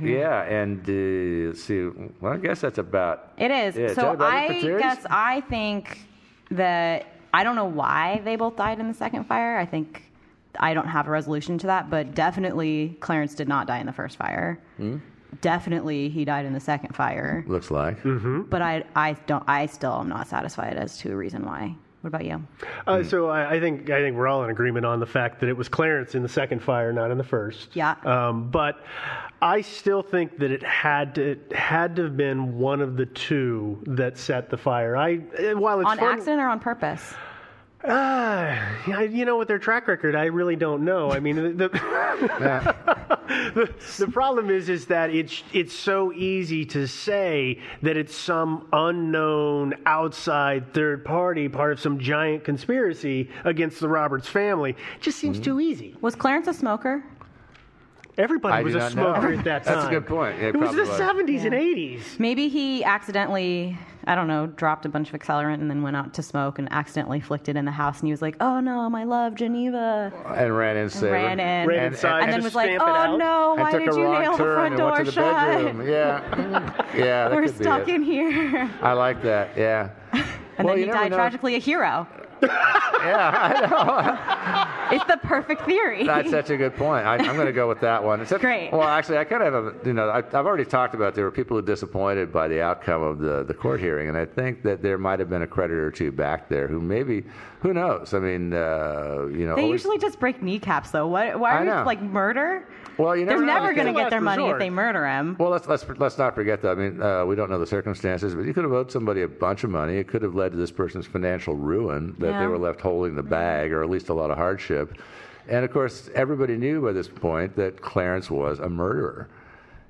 yeah, and uh, let's see. Well, I guess that's about
It is. so I guess I think that I don't know why they both died in the second fire. I think I don't have a resolution to that, but definitely Clarence did not die in the first fire.
Hmm?
Definitely he died in the second fire.
Looks like.
Hmm.
Mm-hmm.
But I I don't I still am not satisfied as to a reason why. What about you?
Uh, So I, I think I think we're all in agreement on the fact that it was Clarence in the second fire, not in the first.
Yeah.
Um, but I still think that it had to it had to have been one of the two that set the fire. I uh, while it's
on
fun-
accident or on purpose?
Ah, I- you know, with their track record, I really don't know. I mean, the the, the, the problem is is that it's it's so easy to say that it's some unknown outside third party, part of some giant conspiracy against the Roberts family. It just seems too easy.
Was Clarence a smoker?
Everybody
I
was
do
a
not know.
smoker at that time.
That's a good point. Yeah,
it was the
probably.
70s and 80s.
Maybe he accidentally
I don't know, dropped a bunch of accelerant and then went out to smoke and accidentally flicked it in the house. And he was like, "Oh no, my love, Geneva."
And ran in,
and
saved.
ran in,
And-
and, then was like, "Oh no,
And
why
took
did
a
you
wrong
nail the
turn
front
and went
door
to the
shut?"
bedroom. Yeah, yeah, that
We're
could be
stuck
it.
in here.
I like that. Yeah.
And
Well,
then he
you never
died
know.
tragically a hero. yeah, I know. it's the perfect theory.
That's such a good point. I, I'm going to go with that one. Except,
Great.
Well, actually, I kind of have, a, you know, I, I've already talked about there were people who were disappointed by the outcome of the, the court hearing, and I think that there might have been a creditor or two back there who maybe, who knows? I mean, uh, you know,
they
always-
usually just break kneecaps, though. What, why
I
are
know.
you, like murder?
well, you
They're
never know.
never going to get their money if
resort.
they murder him.
Well, let's let's let's not forget that. I mean, uh, we don't know the circumstances, but you could have owed somebody a bunch of money. It could have led to this person's financial ruin that they
Yeah.
were left holding the bag, or at least a lot of hardship. And of course, everybody knew by this point that Clarence was a murderer,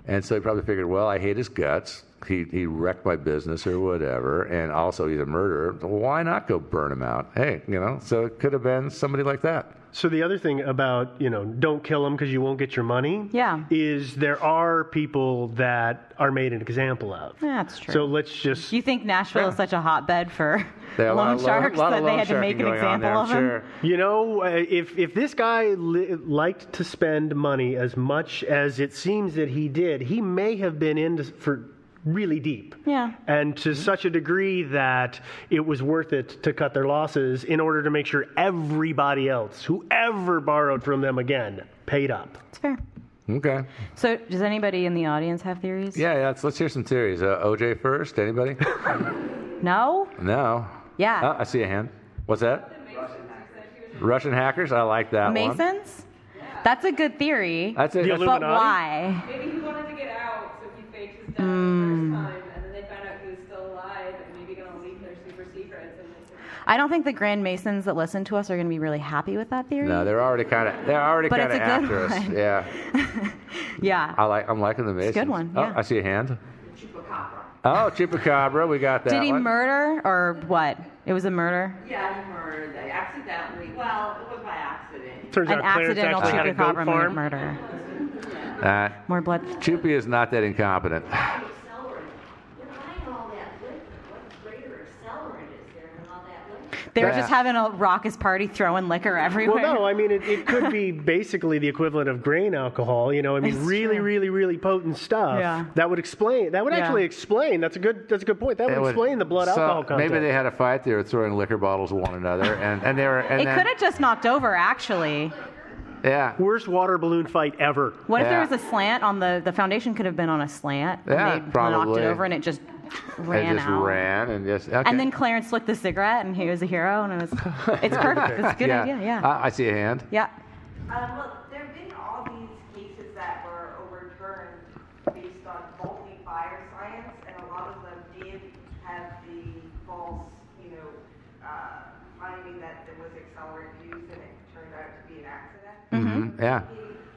and so he probably figured, well, I hate his guts. He he wrecked my business or whatever, and also he's a murderer. Why not go burn him out? Hey, you know. So it could have been somebody like that.
So the other thing about you know don't kill them because you won't get your money.
Yeah.
Is there are people that are made an example of.
That's true.
So let's just.
you think Nashville is such a hotbed for
There are a lot
loan
of loan-
sharks
lot of
that they
loan
had to make an
sharking going on
example
there, I'm
of him?
sure. You know, uh, if if this guy li- liked to spend money as much as it seems that he did, he may have been in this for really deep.
Yeah.
And to such a degree that it was worth it to cut their losses in order to make sure everybody else, whoever borrowed from them again, paid up.
It's fair.
Okay.
So, does anybody in the audience have theories?
Yeah, yeah. Let's, let's hear some theories. Uh, OJ first. Anybody?
No?
No.
Yeah.
Oh, I see a hand. What's that? Russian hackers. I like that one.
Masons? That's a good theory.
That's it. The
but
Illuminati?
why?
Maybe he wanted to get out, so he faked his death the
Mm.
first time, and then they found out he was still alive, and maybe gonna leak their super secrets. And they
I don't think the Grand Masons that listen to us are going to be really happy with that theory.
No, they're already kind of they're already
But
kind of
it's a good
after us.
one.
Yeah.
Yeah.
I like I'm liking the Masons.
a good one, yeah.
Oh, I see a hand. Chupacabra. Oh, chupacabra. We got that.
Did he
one.
murder or what? It was a murder?
Yeah, he murdered. They accidentally. Well, it was by accident.
An accidental chupacabra mur- murder.
Uh,
More blood.
Chupi is not that incompetent.
They were
Yeah.
just having a raucous party throwing liquor everywhere.
Well, no, I mean, it, it could be basically the equivalent of grain alcohol, you know, I mean, really, really, really potent stuff.
Yeah.
That would explain, that would
Yeah.
actually explain, that's a good, that's a good point. That would,
It would-
explain the blood
so
alcohol content.
Maybe they had a fight. They were throwing liquor bottles at one another, and, and they were. And
it
then,
could have just knocked over, actually.
Yeah.
Worst water balloon fight ever.
What if there
Yeah.
was a slant on the the foundation? Could have been on a slant. and
Yeah,
they Knocked
probably.
it over and it just ran
It just
out.
ran and just. Okay.
And then Clarence flicked the cigarette and he was a hero and it was it's perfect. It's a good idea. Yeah.
I, I see a hand.
yeah.
Um, well, there have been all these cases that were overturned based on faulty fire science, and a lot of them did have the false, you know, uh, finding that there was accelerant used and it turned out to be an accident.
Mhm, yeah.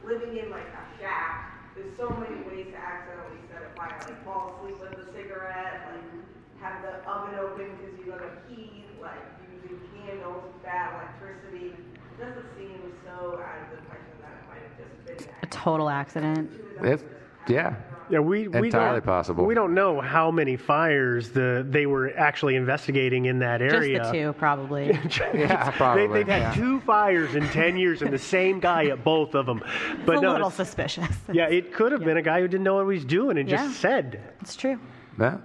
Living in like a shack, there's so many ways to accidentally set a fire, like fall asleep with a cigarette, like have the oven open because you don't have heat, like using candles, bad electricity. It doesn't seem so out of the question that it might have just been an
A total accident.
It's, yeah.
Yeah, we, we
Entirely
don't,
possible.
We don't know how many fires the they were actually investigating in that
Just
area.
the two, probably.
Yeah,
They,
probably.
they've had
yeah.
two fires in 10 years and the same guy at both of them. But
a
no,
little
it's-
suspicious.
Yeah, it could have been a guy who didn't know what he was doing and
Yeah.
just said.
It's true.
Yeah.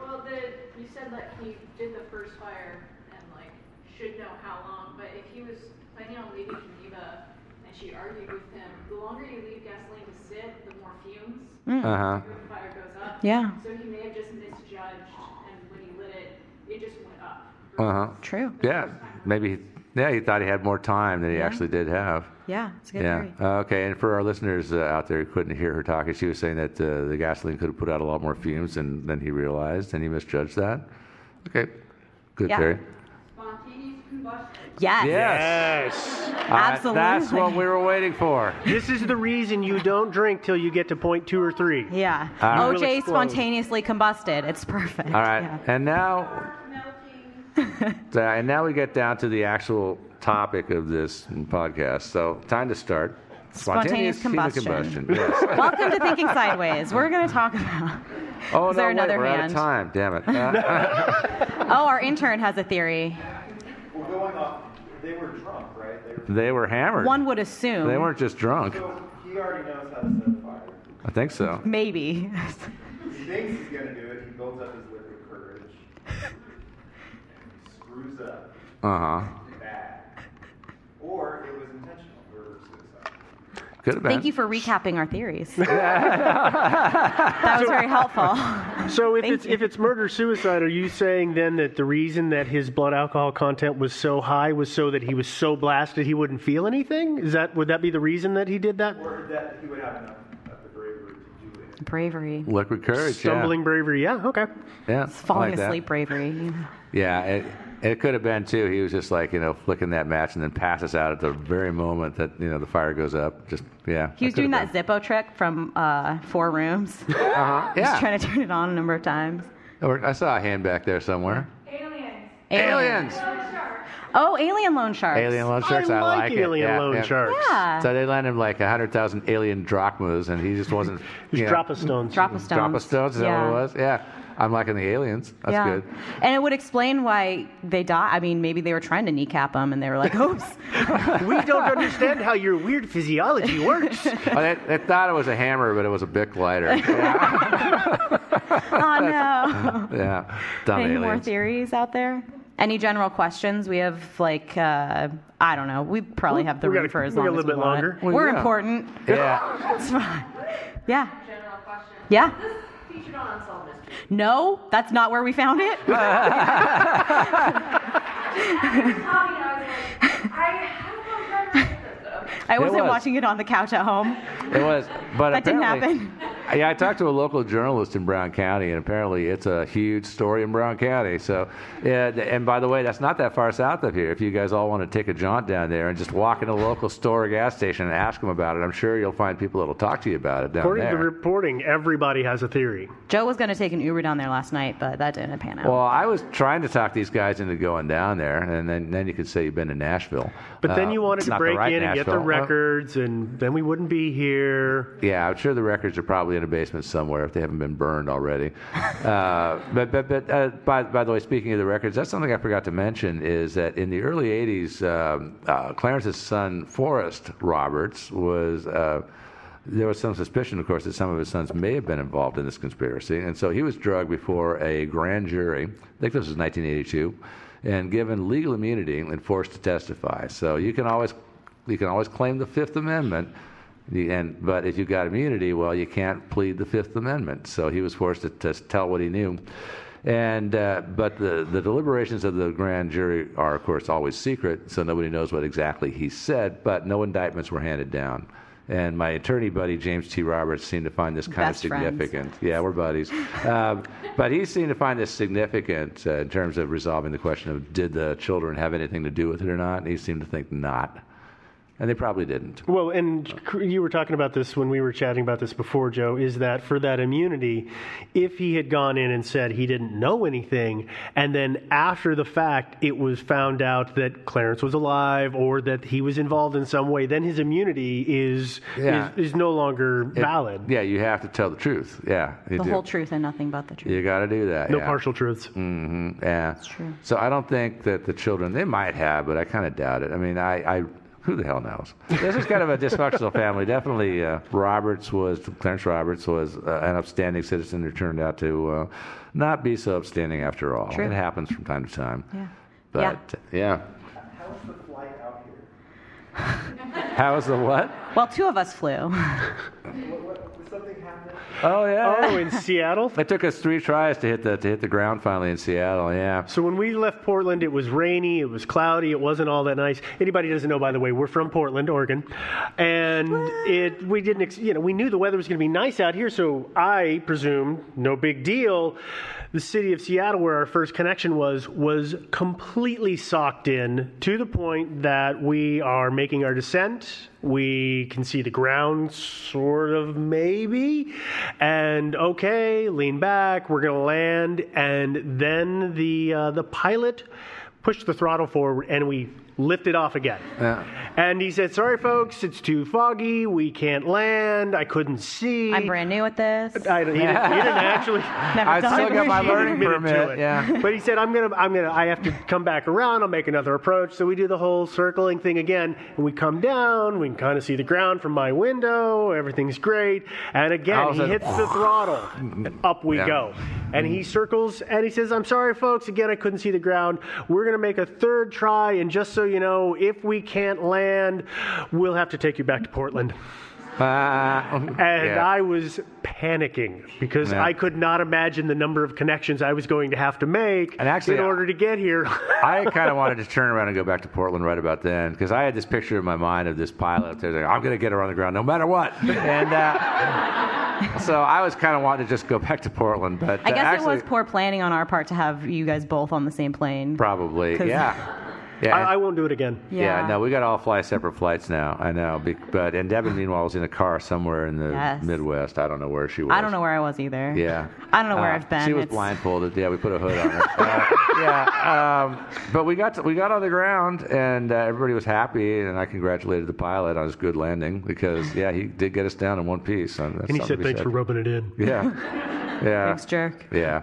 Well, the, you said that he did the first fire and like should know how long, but if he was planning on leaving Geneva and she argued with him, the longer you leave gasoline to sit, the more fumes.
Mm.
Uh-huh.
The fire goes up.
Yeah.
So he may have just misjudged, and when he lit it, it just went up.
Uh huh.
True.
Yeah. Maybe. He, yeah, he thought he had more time than he actually did have.
Yeah, it's a good
Yeah.
theory.
Uh, okay. And for our listeners uh, out there who couldn't hear her talking, she was saying that uh, the gasoline could have put out a lot more fumes than, than he realized, and he misjudged that. Okay. Good
Yeah.
theory.
Spontaneous combustion.
Yes.
Yes. All right,
Absolutely.
that's what we were waiting for.
This is the reason you don't drink till you get to point two or three.
Yeah.
All right.
You will
OJ
explode.
spontaneously combusted. It's perfect.
All right. And now So, and now we get down to the actual topic of this podcast. So, time to start.
Spontaneous
human
combustion.
combustion, yes.
Welcome to Thinking Sideways. We're going to talk about
Oh
Is
no!
there
wait,
another
we're out
hand?
of time. Damn it. Uh,
Oh, our intern has a theory.
They were drunk, right? They
they were hammered.
One would assume.
They weren't just drunk.
were, he already knows how to set fire.
I think so.
Maybe.
He thinks he's gonna do it. He builds up his liquid courage. screws up.
Uh huh.
Bad. Or it was intentional. Murder suicide.
Could have been.
Thank you for recapping our theories. that was very helpful.
So if it's if it's murder suicide, are you saying then that the reason that his blood alcohol content was so high was so that he was so blasted he wouldn't feel anything? Is that would that be the reason that he did that?
Or that he would have enough of the bravery to do it.
Bravery.
Liquid courage. yeah.
Stumbling bravery. Yeah. Okay.
Yeah.
Falling
I like that.
asleep bravery.
Yeah. It, it could have been too. He was just like you know flicking that match and then passes out at the very moment that you know the fire goes up. Just yeah.
He was doing that Zippo trick from uh, Four Rooms.
Uh-huh.
He was
Yeah.
trying to turn it on a number of times.
Or I saw a hand back there somewhere.
Aliens. Oh, alien loan sharks.
Alien loan sharks. I, like, it.
alien
yeah,
loan
yeah.
sharks.
Yeah.
So they lent him like hundred thousand alien drachmas, and he just wasn't. you know,
drop a stone.
Drop a stone.
Drop a stone. Is that
Yeah.
what it was? Yeah. I'm liking the aliens. That's
yeah.
good.
And it would explain why they die. I mean, maybe they were trying to kneecap them and they were like, oops.
we don't understand how your weird physiology works.
Oh, they, they thought it was a hammer, but it was a Bic lighter. Yeah.
oh, no.
yeah. Dumb
Any more
aliens.
theories out there? Any general questions? We have like uh, I don't know. We probably have the
we got
room
a-
for as
we got
long as
a little
we
bit
want.
longer. Well,
We're
yeah.
important.
Yeah.
it's fine. Yeah. Yeah. No, that's not where we found it. I
It
wasn't
was.
watching it on the couch at home.
It was, but
That didn't
apparently- Yeah, I talked to a local journalist in Brown County, and apparently it's a huge story in Brown County. So, yeah, th- and by the way, that's not that far south of here. If you guys all want to take a jaunt down there and just walk in a local store or gas station and ask them about it, I'm sure you'll find people that'll talk to you about it down
According to
there.
reporting, everybody has a theory.
Joe was going to take an Uber down there last night, but that didn't pan out.
well, I was trying to talk these guys into going down there, and then, then you could say you've been to Nashville.
But then
Uh,
you wanted to
not the
break
right
in and get the
Nashville. Uh,
records, and then we wouldn't be here.
Yeah, I'm sure the records are probably in a basement somewhere if they haven't been burned already. uh, but but, but uh, by, by the way, speaking of the records, that's something I forgot to mention is that in the early 80s, um, uh, Clarence's son, Forrest Roberts, was. Uh, there was some suspicion, of course, that some of his sons may have been involved in this conspiracy. And so he was drugged before a grand jury. I think this was 1982. And given legal immunity and forced to testify. So you can always, you can always claim the Fifth Amendment, the- And, but if you've got immunity, well, you can't plead the Fifth Amendment. So he was forced to, to tell what he knew. And, uh, but the, the deliberations of the grand jury are, of course, always secret, so nobody knows what exactly he said, but no indictments were handed down. And my attorney buddy, James T. Roberts, seemed to find this kind
Best
of
friends.
significant. Yeah, we're buddies. um, but he seemed to find this significant uh, in terms of resolving the question of did the children have anything to do with it or not? And he seemed to think not. And they probably didn't.
Well, and c- you were talking about this when we were chatting about this before, Joe, is that for that immunity, if he had gone in and said he didn't know anything, and then after the fact it was found out that Clarence was alive or that he was involved in some way, then his immunity is
Yeah.
is, is no longer valid.
Yeah, you have to tell the truth. Yeah, you
the
do.
whole truth and nothing but the truth.
You got to do that.
No
yeah.
partial truths.
hmm Yeah.
true.
So I don't think that the children they might have, but I kind of doubt it. I mean, I, I who the hell knows? This is kind of a dysfunctional family. Definitely, uh, Roberts was Clarence Roberts was uh, an upstanding citizen who turned out to uh, not be so upstanding after all.
True.
It happens from time to time.
Yeah.
But yeah.
How was the flight out here?
How's the what?
Well, two of us flew.
What, what, was something happened?
Oh yeah.
Oh, in Seattle?
It took us three tries to hit the to hit the ground finally in Seattle. Yeah.
So when we left Portland, it was rainy, it was cloudy, it wasn't all that nice. Anybody who doesn't know, by the way, we're from Portland, Oregon, and it we didn't ex- you know we knew the weather was going to be nice out here, so I presumed no big deal. The city of Seattle, where our first connection was, was completely socked in to the point that we are making our descent. We can see the ground, sort of, maybe. And okay, lean back. We're gonna land, and then the uh, the pilot pushed the throttle forward, and we
lift it off again. And he said, "Sorry, folks, it's too foggy. We can't land. I couldn't see."
I'm brand new at this.
I don't, he, didn't, he didn't actually.
Never
I
done
still
it.
got my
Wish he
learning
admitted to
permit.
it.
Yeah. But he said, "I'm gonna, I'm gonna, I have to come back around. I'll make another approach." So we do the whole circling thing again, and we come down. We can kind of see the ground from my window. Everything's great. And
All
again,
of
he
a
hits the throttle, and up we
Yeah.
go. And he circles, and he says, "I'm sorry, folks. Again, I couldn't see the ground. We're gonna make a third try, and just so you know, if we can't land, we'll have to take you back to Portland." and
yeah.
I was panicking because
Yeah.
I could not imagine the number of connections I was going to have to make
And actually,
in order to get here.
I kind of wanted to turn around and go back to Portland right about then because I had this picture in my mind of this pilot. That was like, I'm going to get her on the ground no matter what. And uh, so I was kind of wanting to just go back to Portland, but
I
uh,
guess
actually,
it was poor planning on our part to have you guys both on the same plane.
probably
'Cause-
yeah. Yeah,
I, I won't do it again.
Yeah.
Yeah.
no, we got to all fly separate flights now. I know, be- but and Devin meanwhile was in a car somewhere in the
Yes.
Midwest. I don't know where she was.
I don't know where I was either.
Yeah,
I don't know where
Uh,
I've been.
She was
It's-
blindfolded. Yeah, we put a hood on her. Uh, yeah, um, but we got to, we got on the ground and uh, everybody was happy, and I congratulated the pilot on his good landing because yeah, he did get us down in one piece. And, that's
And he
something
said,
to be
"Thanks for rubbing it in."
Yeah, yeah.
Thanks, jerk.
Yeah.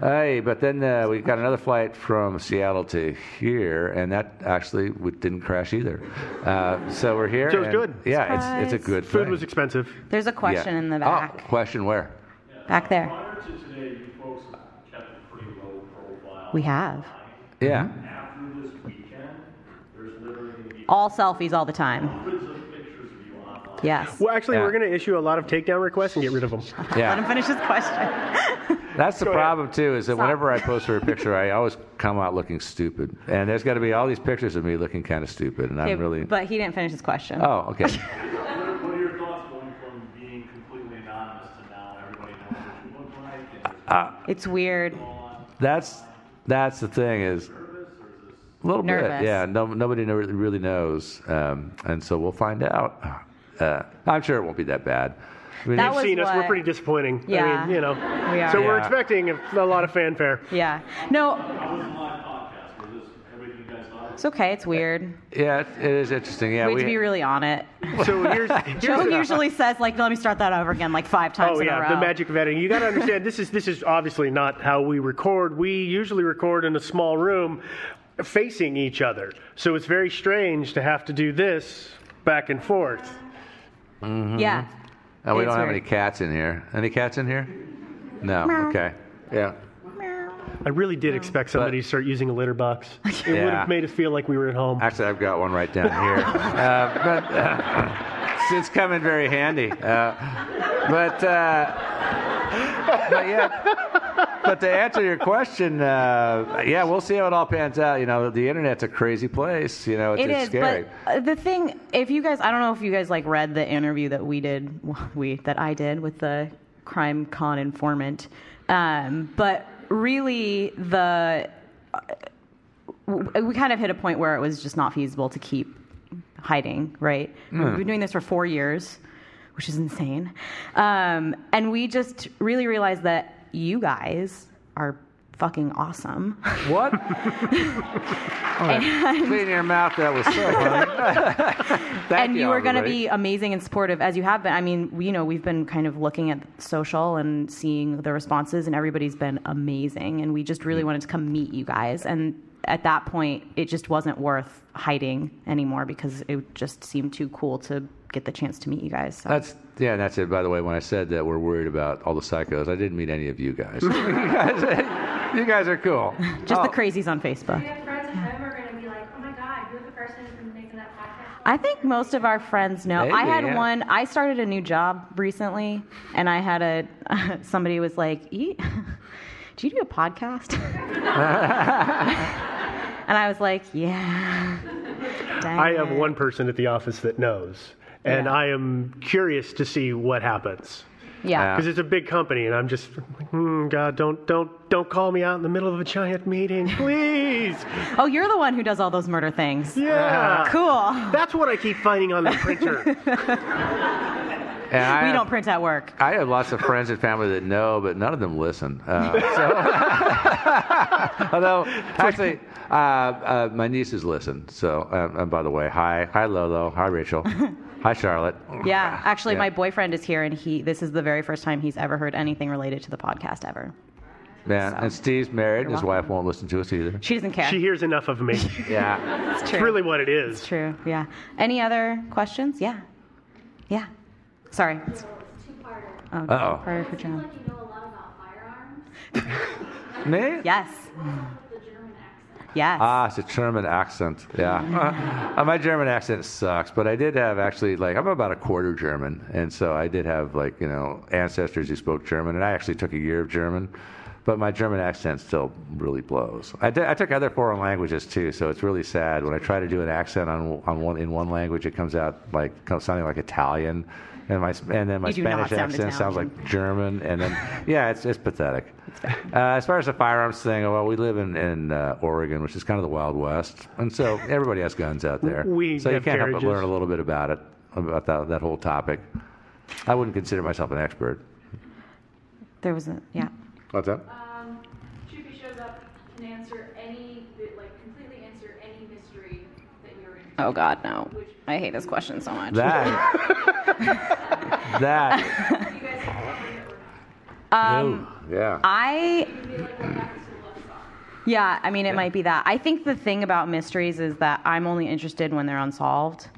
Hey, but then uh, we got another flight from Seattle to here, and that actually we didn't crash either. Uh, so we're here.
So it was
and-
good.
Yeah, it's, it's a
Surprise.
good
Food
thing.
was expensive.
There's a
Yeah.
question in the back.
Oh, question where?
Back there.
Prior to today, you folks have kept a pretty low profile.
We have.
Yeah.
After this weekend, there's literally going to be
All selfies all the time.
hundreds of pictures of you online.
Yes.
Well, actually, we're going to issue a lot of takedown requests and get rid of them.
Let him
Yeah.
finish his question.
That's the problem too, is that whenever I post her a picture, I always come out looking stupid, and there's got to be all these pictures of me looking kind of stupid, and
Okay,
I'm really.
But he didn't finish his question.
Oh, okay.
What what are your thoughts going from being completely anonymous to now everybody knows what you look like? And there's
Uh,
It's weird.
That's that's the thing is a little
Nervous.
bit. Yeah, Uh, no, nobody know- really knows, um, and so we'll find out. Uh, I'm sure it won't be that bad. I mean,
That
You've
was
seen us. We're
what-
pretty disappointing. I
Yeah.
mean, you know.
We are.
So we're
Yeah.
expecting a, a lot of fanfare.
Yeah. No,
everything you guys thought.
it's okay. It's weird.
yeah, it, it is interesting. Yeah,
we have to be really on it.
So here's,
Joe
here's
usually says, like, let me start that over again, like five times
Oh
in a
yeah,
row.
the magic of editing. You got to understand this is this is obviously not how we record. We usually record in a small room facing each other. So it's very strange to have to do this back and forth.
Yeah.
and we
It's
don't have
weird.
any cats in here. Any cats in here? No.
Meow.
Okay. Yeah.
I really did expect somebody to start using a litter box. It would
Yeah.
have made us feel like we were at home.
Actually, I've got one right down here. uh, but uh, it's- it's coming very handy. Uh, but, uh, but yeah. But to answer your question, uh, yeah, we'll see how it all pans out. You know, the internet's a crazy place. You know, it's,
It
it's
is,
scary.
but uh, the thing, if you guys, I don't know if you guys like read the interview that we did, we that I did with the crime con informant, um, but really the w- we kind of hit a point where it was just not feasible to keep hiding, right? We've been doing this for four years, which is insane. Um, and we just really realized that you guys are fucking awesome.
What? Clean your mouth. That was so funny. Thank
and you are going to
everybody.
be amazing and supportive as you have been. I mean, we- you know, we've been kind of looking at social and seeing the responses, and everybody's been amazing. And we just really wanted to come meet you guys. And at that point, it just wasn't worth hiding anymore because it just seemed too cool to get the chance to meet you guys. So.
That's yeah. That's it. By the way, when I said that we're worried about all the psychos, I didn't mean any of you guys. you guys, you guys are cool.
just the crazies on Facebook.
have friends at home who are going to be like, oh my God, you're the person who's making that podcast.
I think most of our friends know. I
Maybe,
had
yeah.
one. I started a new job recently, and I had a somebody was like, "You- "Do you do a podcast?" and I was like, "Yeah." Dang
I have
it.
one person at the office that knows, and
Yeah.
I am curious to see what happens.
Yeah.
Because it's a big company, and I'm just, hmm, God, don't, don't, don't call me out in the middle of a giant meeting, please.
Oh, you're the one who does all those murder things.
Yeah.
Cool.
That's what I keep finding on the printer.
And I
We
have,
don't print at work.
I have lots of friends and family that know, but none of them listen. Uh, so Although, actually, uh, uh, my nieces listen. So, um, and by the way, hi, hi Lolo, hi Rachel, hi Charlotte.
Yeah, actually,
Yeah.
my boyfriend is here, and he. This is the very first time he's ever heard anything related to the podcast ever.
Man, and Steve's married. His
welcome.
wife won't listen to us either.
She doesn't care.
She hears enough of me.
Yeah.
It's
It's
true.
really what it is.
It's true. Yeah. Any other questions? Yeah. Yeah. Sorry. Oh,
Uh-oh.
Prior for John.
Me?
Yes. Yes.
Ah, it's a German accent. Yeah. Uh, my German accent sucks, but I did have actually, like, I'm about a quarter German. And so I did have, like, you know, ancestors who spoke German. And I actually took a year of German, but my German accent still really blows. I, did, I took other foreign languages too, so it's really sad. When I try to do an accent on, on one, in one language, it comes out like comes sounding like Italian. And, my, and then my
You do not
Spanish
sound
accent sounds
Italian.
like German, and then yeah, it's it's pathetic. Uh, as far as the firearms thing, well, we live in in uh, Oregon, which is kind of the Wild West, and so everybody has guns out there.
We
so you
have
can't help but
carriages.
learn a little bit about it, about that that whole topic. I wouldn't consider myself an expert.
There was a yeah.
What's that?
Um, Chupi shows up, can answer any, like completely answer any mystery that you're in.
Oh God, no. I hate this question so much.
That that
Um,
Ooh, yeah.
I. Yeah, I mean, it might be that. I think the thing about mysteries is that I'm only interested when they're unsolved.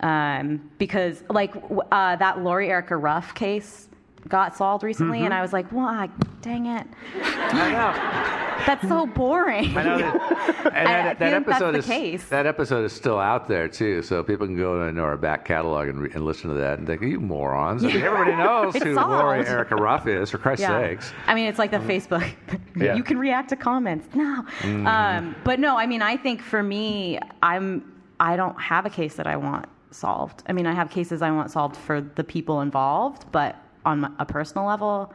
Um, because, like, w- uh, that Lori Erica Ruff case got solved recently, and
Mhm.
I was like, why? Dang it.
I know.
That's so boring.
I know that, and
I- I
that, that
feel like that's
episode
the
is
case.
that episode is still out there too, so people can go into our back catalog and, re- and listen to that and think, "You morons!" I mean,
Yeah.
everybody knows
It's
who
solved.
Lori Erica Ruff is, for Christ's sakes.
I mean, it's like the Facebook.
Yeah.
you can react to comments. No.
Mhm.
Um, but no, I mean, I think for me, I'm I don't have a case that I want solved. I mean, I have cases I want solved for the people involved, but on my- a personal level,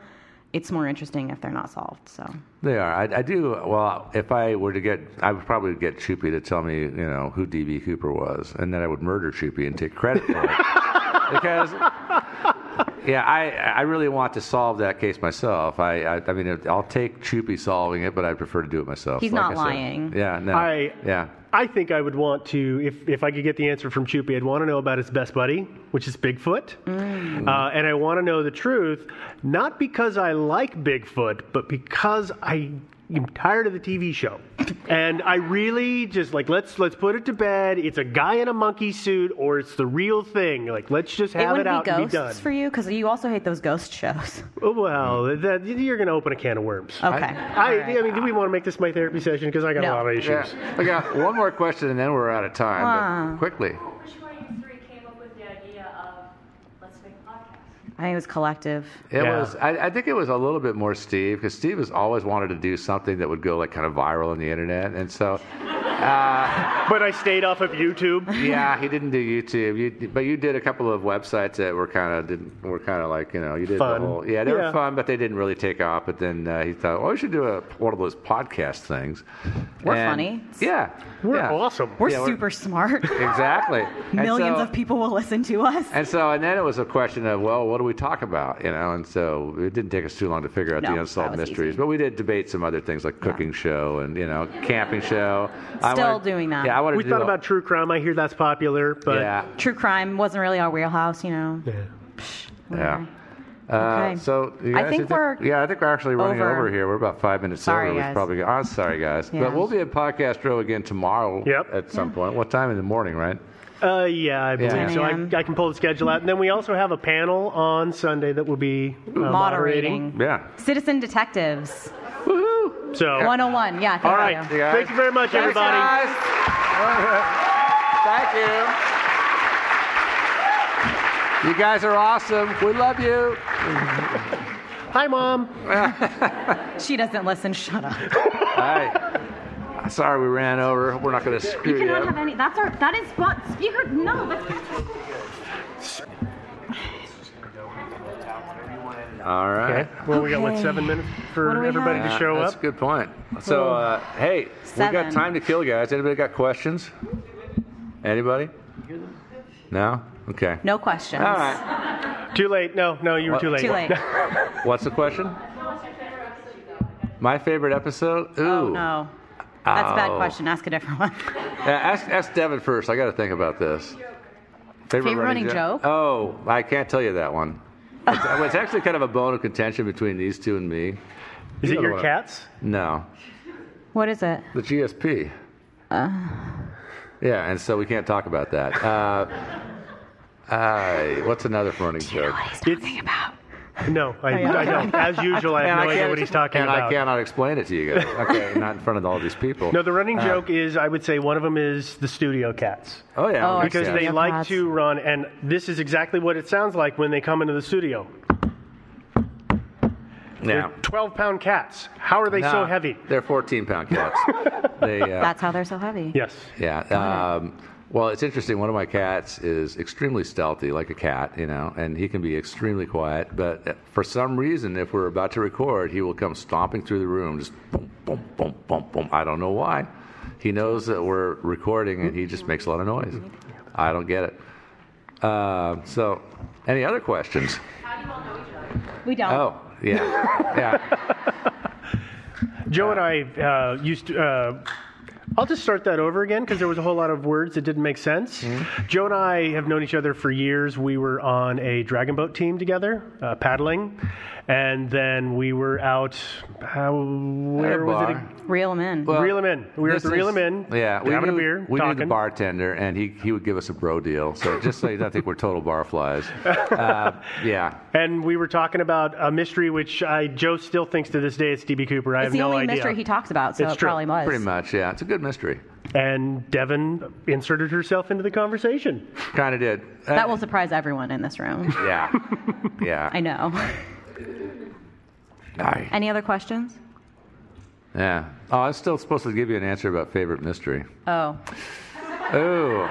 it's more interesting if they're not solved. So.
They are. I, I do. Well, if I were to get, I would probably get Choopy to tell me, you know, who DB Cooper was, and then I would murder Choopy and take credit for it. because, yeah, I, I really want to solve that case myself. I, I, I mean, it- I'll take Choopy solving it, but I prefer to do it myself.
He's
Like
not
I said.
lying.
Yeah. No.
I-
yeah.
I think I would want to, if, if I could get the answer from Chupi, I'd want to know about his best buddy, which is Bigfoot.
Mm.
Uh, and I want to know the truth, not because I like Bigfoot, but because I am tired of the TV show. and I really just like let's let's put it to bed. It's a guy in a monkey suit, or it's the real thing. Like let's just
it
have it,
wouldn't
out
be
and be
ghosts
done.
for you because you also hate those ghost shows.
Oh, Well, that, you're going to open a can of worms.
Okay.
I, I, I mean, do we want to make this my therapy session? Because I got
No.
a lot of
Yeah.
issues.
I got one more question, and then we're out of time. but
Wow.
Quickly.
Which one of you three came up with the idea of, let's make a podcast?
I think it was collective.
It was. I, I think it was a little bit more Steve because Steve has always wanted to do something that would go like kind of viral on the internet, and so. Uh,
but I stayed off of YouTube.
Yeah, he didn't do YouTube. You, but you did a couple of websites that were kind of didn't were kind of like you know you did
Fun.
the whole yeah they
Yeah.
were fun, but they didn't really take off. But then uh, he thought, oh, we should do a one of those podcast things.
We're
And-
funny.
Yeah,
we're
awesome.
We're super smart.
exactly. And
Millions
so-
of people will listen to us.
and so, and then it was a question of, well, what do we talk about? You know, and so it didn't take us too long to figure out
No,
the
that
unsolved
was
mysteries. But we did debate some other things like cooking show and you know camping show. I
Still
wanted-
doing that.
Yeah, I wanted
We
to
thought
do a-
about true crime. I hear that's popular, but
yeah,
True crime wasn't really our wheelhouse, you know.
yeah. Uh,
Okay.
So you
I
guys-
think we're
yeah, I think we're actually running over,
over.
here. We're about five minutes
Sorry,
over. We should
guys.
probably go- I'm sorry, guys,
Yeah.
but we'll be at Podcast Row again tomorrow. Yep. At some point. What time in the morning, right?
uh, yeah, I believe
10
so.
a.m..
I, I can pull the schedule out, and then we also have a panel on Sunday that will be uh, moderating.
Yeah.
Citizen Detectives.
Woohoo! So
101. Yeah.
All right. Thank you very much,
Thanks,
everybody.
guys.
Thank you. You guys are awesome. We love you.
Hi, mom.
she doesn't listen. Shut up.
Hi. Sorry we ran over. We're not going to
You
screw you,
cannot
up.
have any. That's our. That is what speaker. No. That's,
All right.
Okay. Well, we got what seven minutes
What do
for
we
everybody
Yeah,
to show
that's
up.
a good point. So, uh, hey, we
Seven.
got time to kill, guys. Anybody got questions? Anybody? No? Okay.
no questions.
All
right. Too late. No, no, you were
What?
too late.
Too late.
What's the question? My favorite episode? Ooh.
Oh no, that's a bad
Ow.
question. Ask a different one.
Yeah, ask, ask Devin first. I got to think about this.
Favorite running joke?
Oh, I can't tell you that one. It's, well, it's actually kind of a bone of contention between these two and me.
Is
You
it
know
your
what?
cats?
No,
what is it? Uh.
the GSP. Yeah, and so we can't talk about that. Uh, uh, what's another running joke?
It's, no, I,
yeah.
I don't. As usual, I have
And
no idea
can't-
what he's talking
and
about.
I cannot explain it to you guys. Okay, not in front of all these people.
No, the running
Uh,
joke is I would say one of them is the studio cats.
Oh, yeah, Oh, our
because they
studio
like
cats.
to run, and this is exactly what it sounds like when they come into the studio.
Yeah.
Twelve-pound cats. How are they
Nah,
so heavy?
Ah, They're 14 pound cats. they, uh,
That's how they're so heavy.
Yes.
Yeah. Um, well, it's interesting. One of my cats is extremely stealthy, like a cat, you know, and he can be extremely quiet. But uh, for some reason, if we're about to record, he will come stomping through the room, just boom, boom, boom, boom, boom. I don't know why. He knows that we're recording, and he just makes a lot of noise. I don't get it. Uh, so, any other questions?
We don't.
Oh, yeah, yeah.
Joe and I uh, used to. Uh, I'll just start that over again because there was a whole lot of words that didn't make sense.
Hmm?
Joe and I have known each other for years. We were on a dragon boat team together, uh, paddling, and then we were out. How, where was it?
bar.
Reel them in.
Reel 'em in. We were at
This
the Reel 'em in.
is- Yeah,
having
knew,
a beer,
We knew the
talking.
bartender, and he, he would give us a bro deal. So Oh, just so you don't think we're total bar flies. Uh, yeah.
And we were talking about a mystery which I Joe still thinks to this day it's DB Cooper. I
It's
have
the
no
only
idea.
mystery he talks about, so
It's
it
true.
probably was.
Pretty much, yeah. It's a good mystery.
And Devin inserted herself into the conversation.
Kind of did.
That will surprise everyone in this room.
Yeah. Yeah.
I know.
Aye.
Any other questions?
Yeah. Oh, I was still supposed to give you an answer about favorite mystery.
Oh,
Ooh.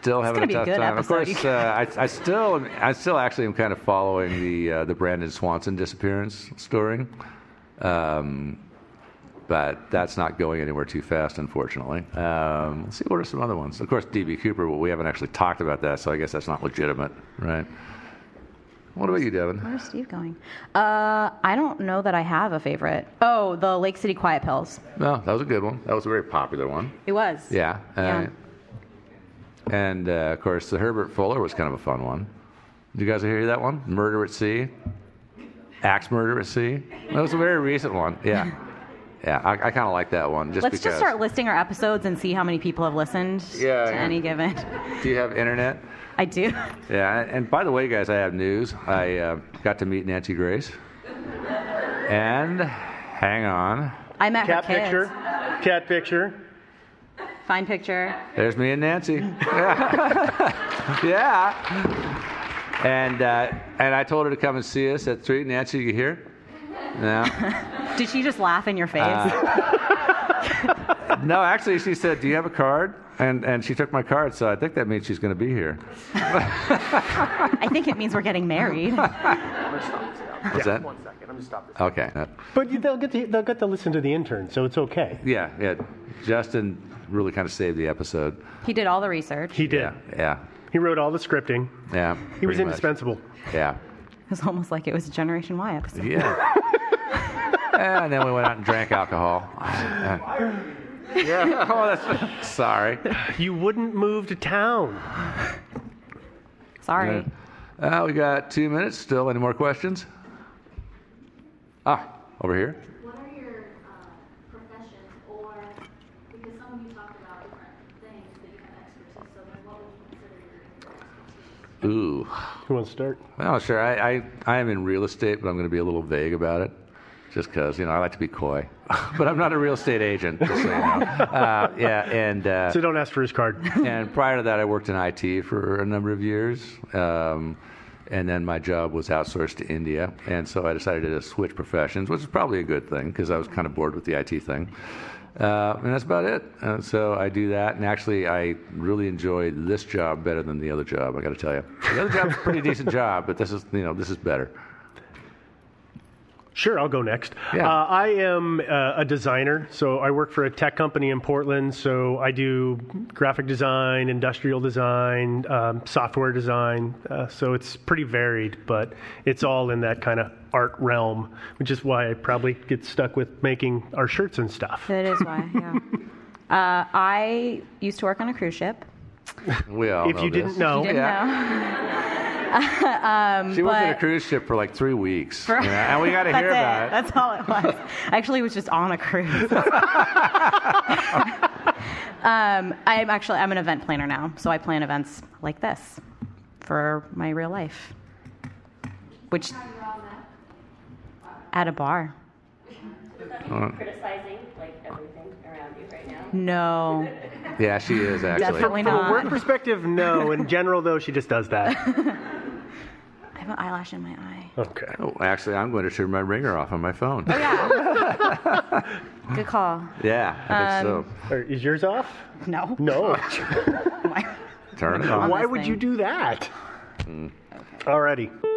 Still having
gonna
a
be a
tough
good
time. Of
episode, you
course, uh, I, I still, am- I still actually am kind of following the uh, the Brandon Swanson disappearance story, um, but that's not going anywhere too fast, unfortunately. Um, let's see, what are some other ones? Of course, DB Cooper. Well, we haven't actually talked about that, so I guess that's not legitimate, right? What about you, Devin?
where's Steve going? Uh, I don't know that I have a favorite. Oh, the Lake City Quiet Pills.
No, that was a good one. That was a very popular one.
It was.
Yeah. Uh,
Yeah.
And uh, of course, the Herbert Fuller was kind of a fun one. Did you guys hear that one? Murder at Sea, Axe Murder at Sea. That was a very recent one. Yeah. Yeah, I, I kind of like that one just
Let's
because.
just start listing our episodes and see how many people have listened
Yeah,
to
yeah.
any given.
Do you have internet?
I do.
Yeah, and, and by the way, guys, I have news. I uh, got to meet Nancy Grace. And hang on.
I met
Cat
her kids.
picture. Cat picture.
Fine picture.
There's me and Nancy. Yeah. yeah. And uh, and I told her to come and see us at three. Nancy, you here? No.
Did she just laugh in your face?
no, actually, she said, "Do you have a card?" And and she took my card, so I think that means she's going to be here.
I think it means we're getting married.
What's that? One second, I'm just stopping. Okay. Uh,
But you- they'll get to they'll get to listen to the intern, so it's okay.
yeah, yeah. Justin really kind of saved the episode.
He did all the research.
He did.
Yeah,
He wrote all the scripting.
yeah.
He was
pretty much.
indispensable.
Yeah,
It was almost like it was a Generation Y episode.
yeah. and then we went out and drank alcohol. yeah. Oh, that's sorry.
You wouldn't move to town.
Sorry.
Uh, we got two minutes still. Any more questions? Ah, over here.
What are your uh, professions, or because some of you talked about different things that you have expertise, so then what would you consider your
Ooh.
Who wants to start?
Well, sure. I, I, I am in real estate, but I'm going to be a little vague about it just because, you know, I like to be coy. but I'm not a real estate agent, just so you know. Uh, yeah, and. Uh,
So don't ask for his card.
and prior to that, I worked in IT for a number of years. Um, and then my job was outsourced to India. And so I decided to switch professions, which is probably a good thing because I was kind of bored with the IT thing. Uh, and that's about it. Uh, so I do that. And actually, I really enjoy this job better than the other job, I got to tell you. The other job's a pretty decent job, but this is, you know, this is better.
Sure, I'll go next. Yeah. Uh, I am uh, a designer, so I work for a tech company in Portland. So I do graphic design, industrial design, um, software design. Uh, so it's pretty varied, but it's all in that kind of art realm, which is why I probably get stuck with making our shirts and stuff.
That is why, yeah. uh, I used to work on a cruise ship.
We all
If
know
you didn't
this.
know.
You didn't know. um,
She worked on a
but-
cruise ship for like three weeks, you know, and we got to hear
That's
about it.
That's all it was. actually, it was just on a cruise. um, I'm actually I'm an event planner now, so I plan events like this for my real life, which at a bar.
Uh,
criticizing like everything around you right now.
No.
yeah, she is actually.
Definitely
From
not.
a work perspective, no. In general, though, she just does that.
I have an eyelash in my eye.
Okay.
Oh, actually, I'm going to turn my ringer off on my phone.
Good call.
Yeah, I think
Um,
Or is yours off?
No.
No.
so. Turn it on.
Why would you do that? Alrighty.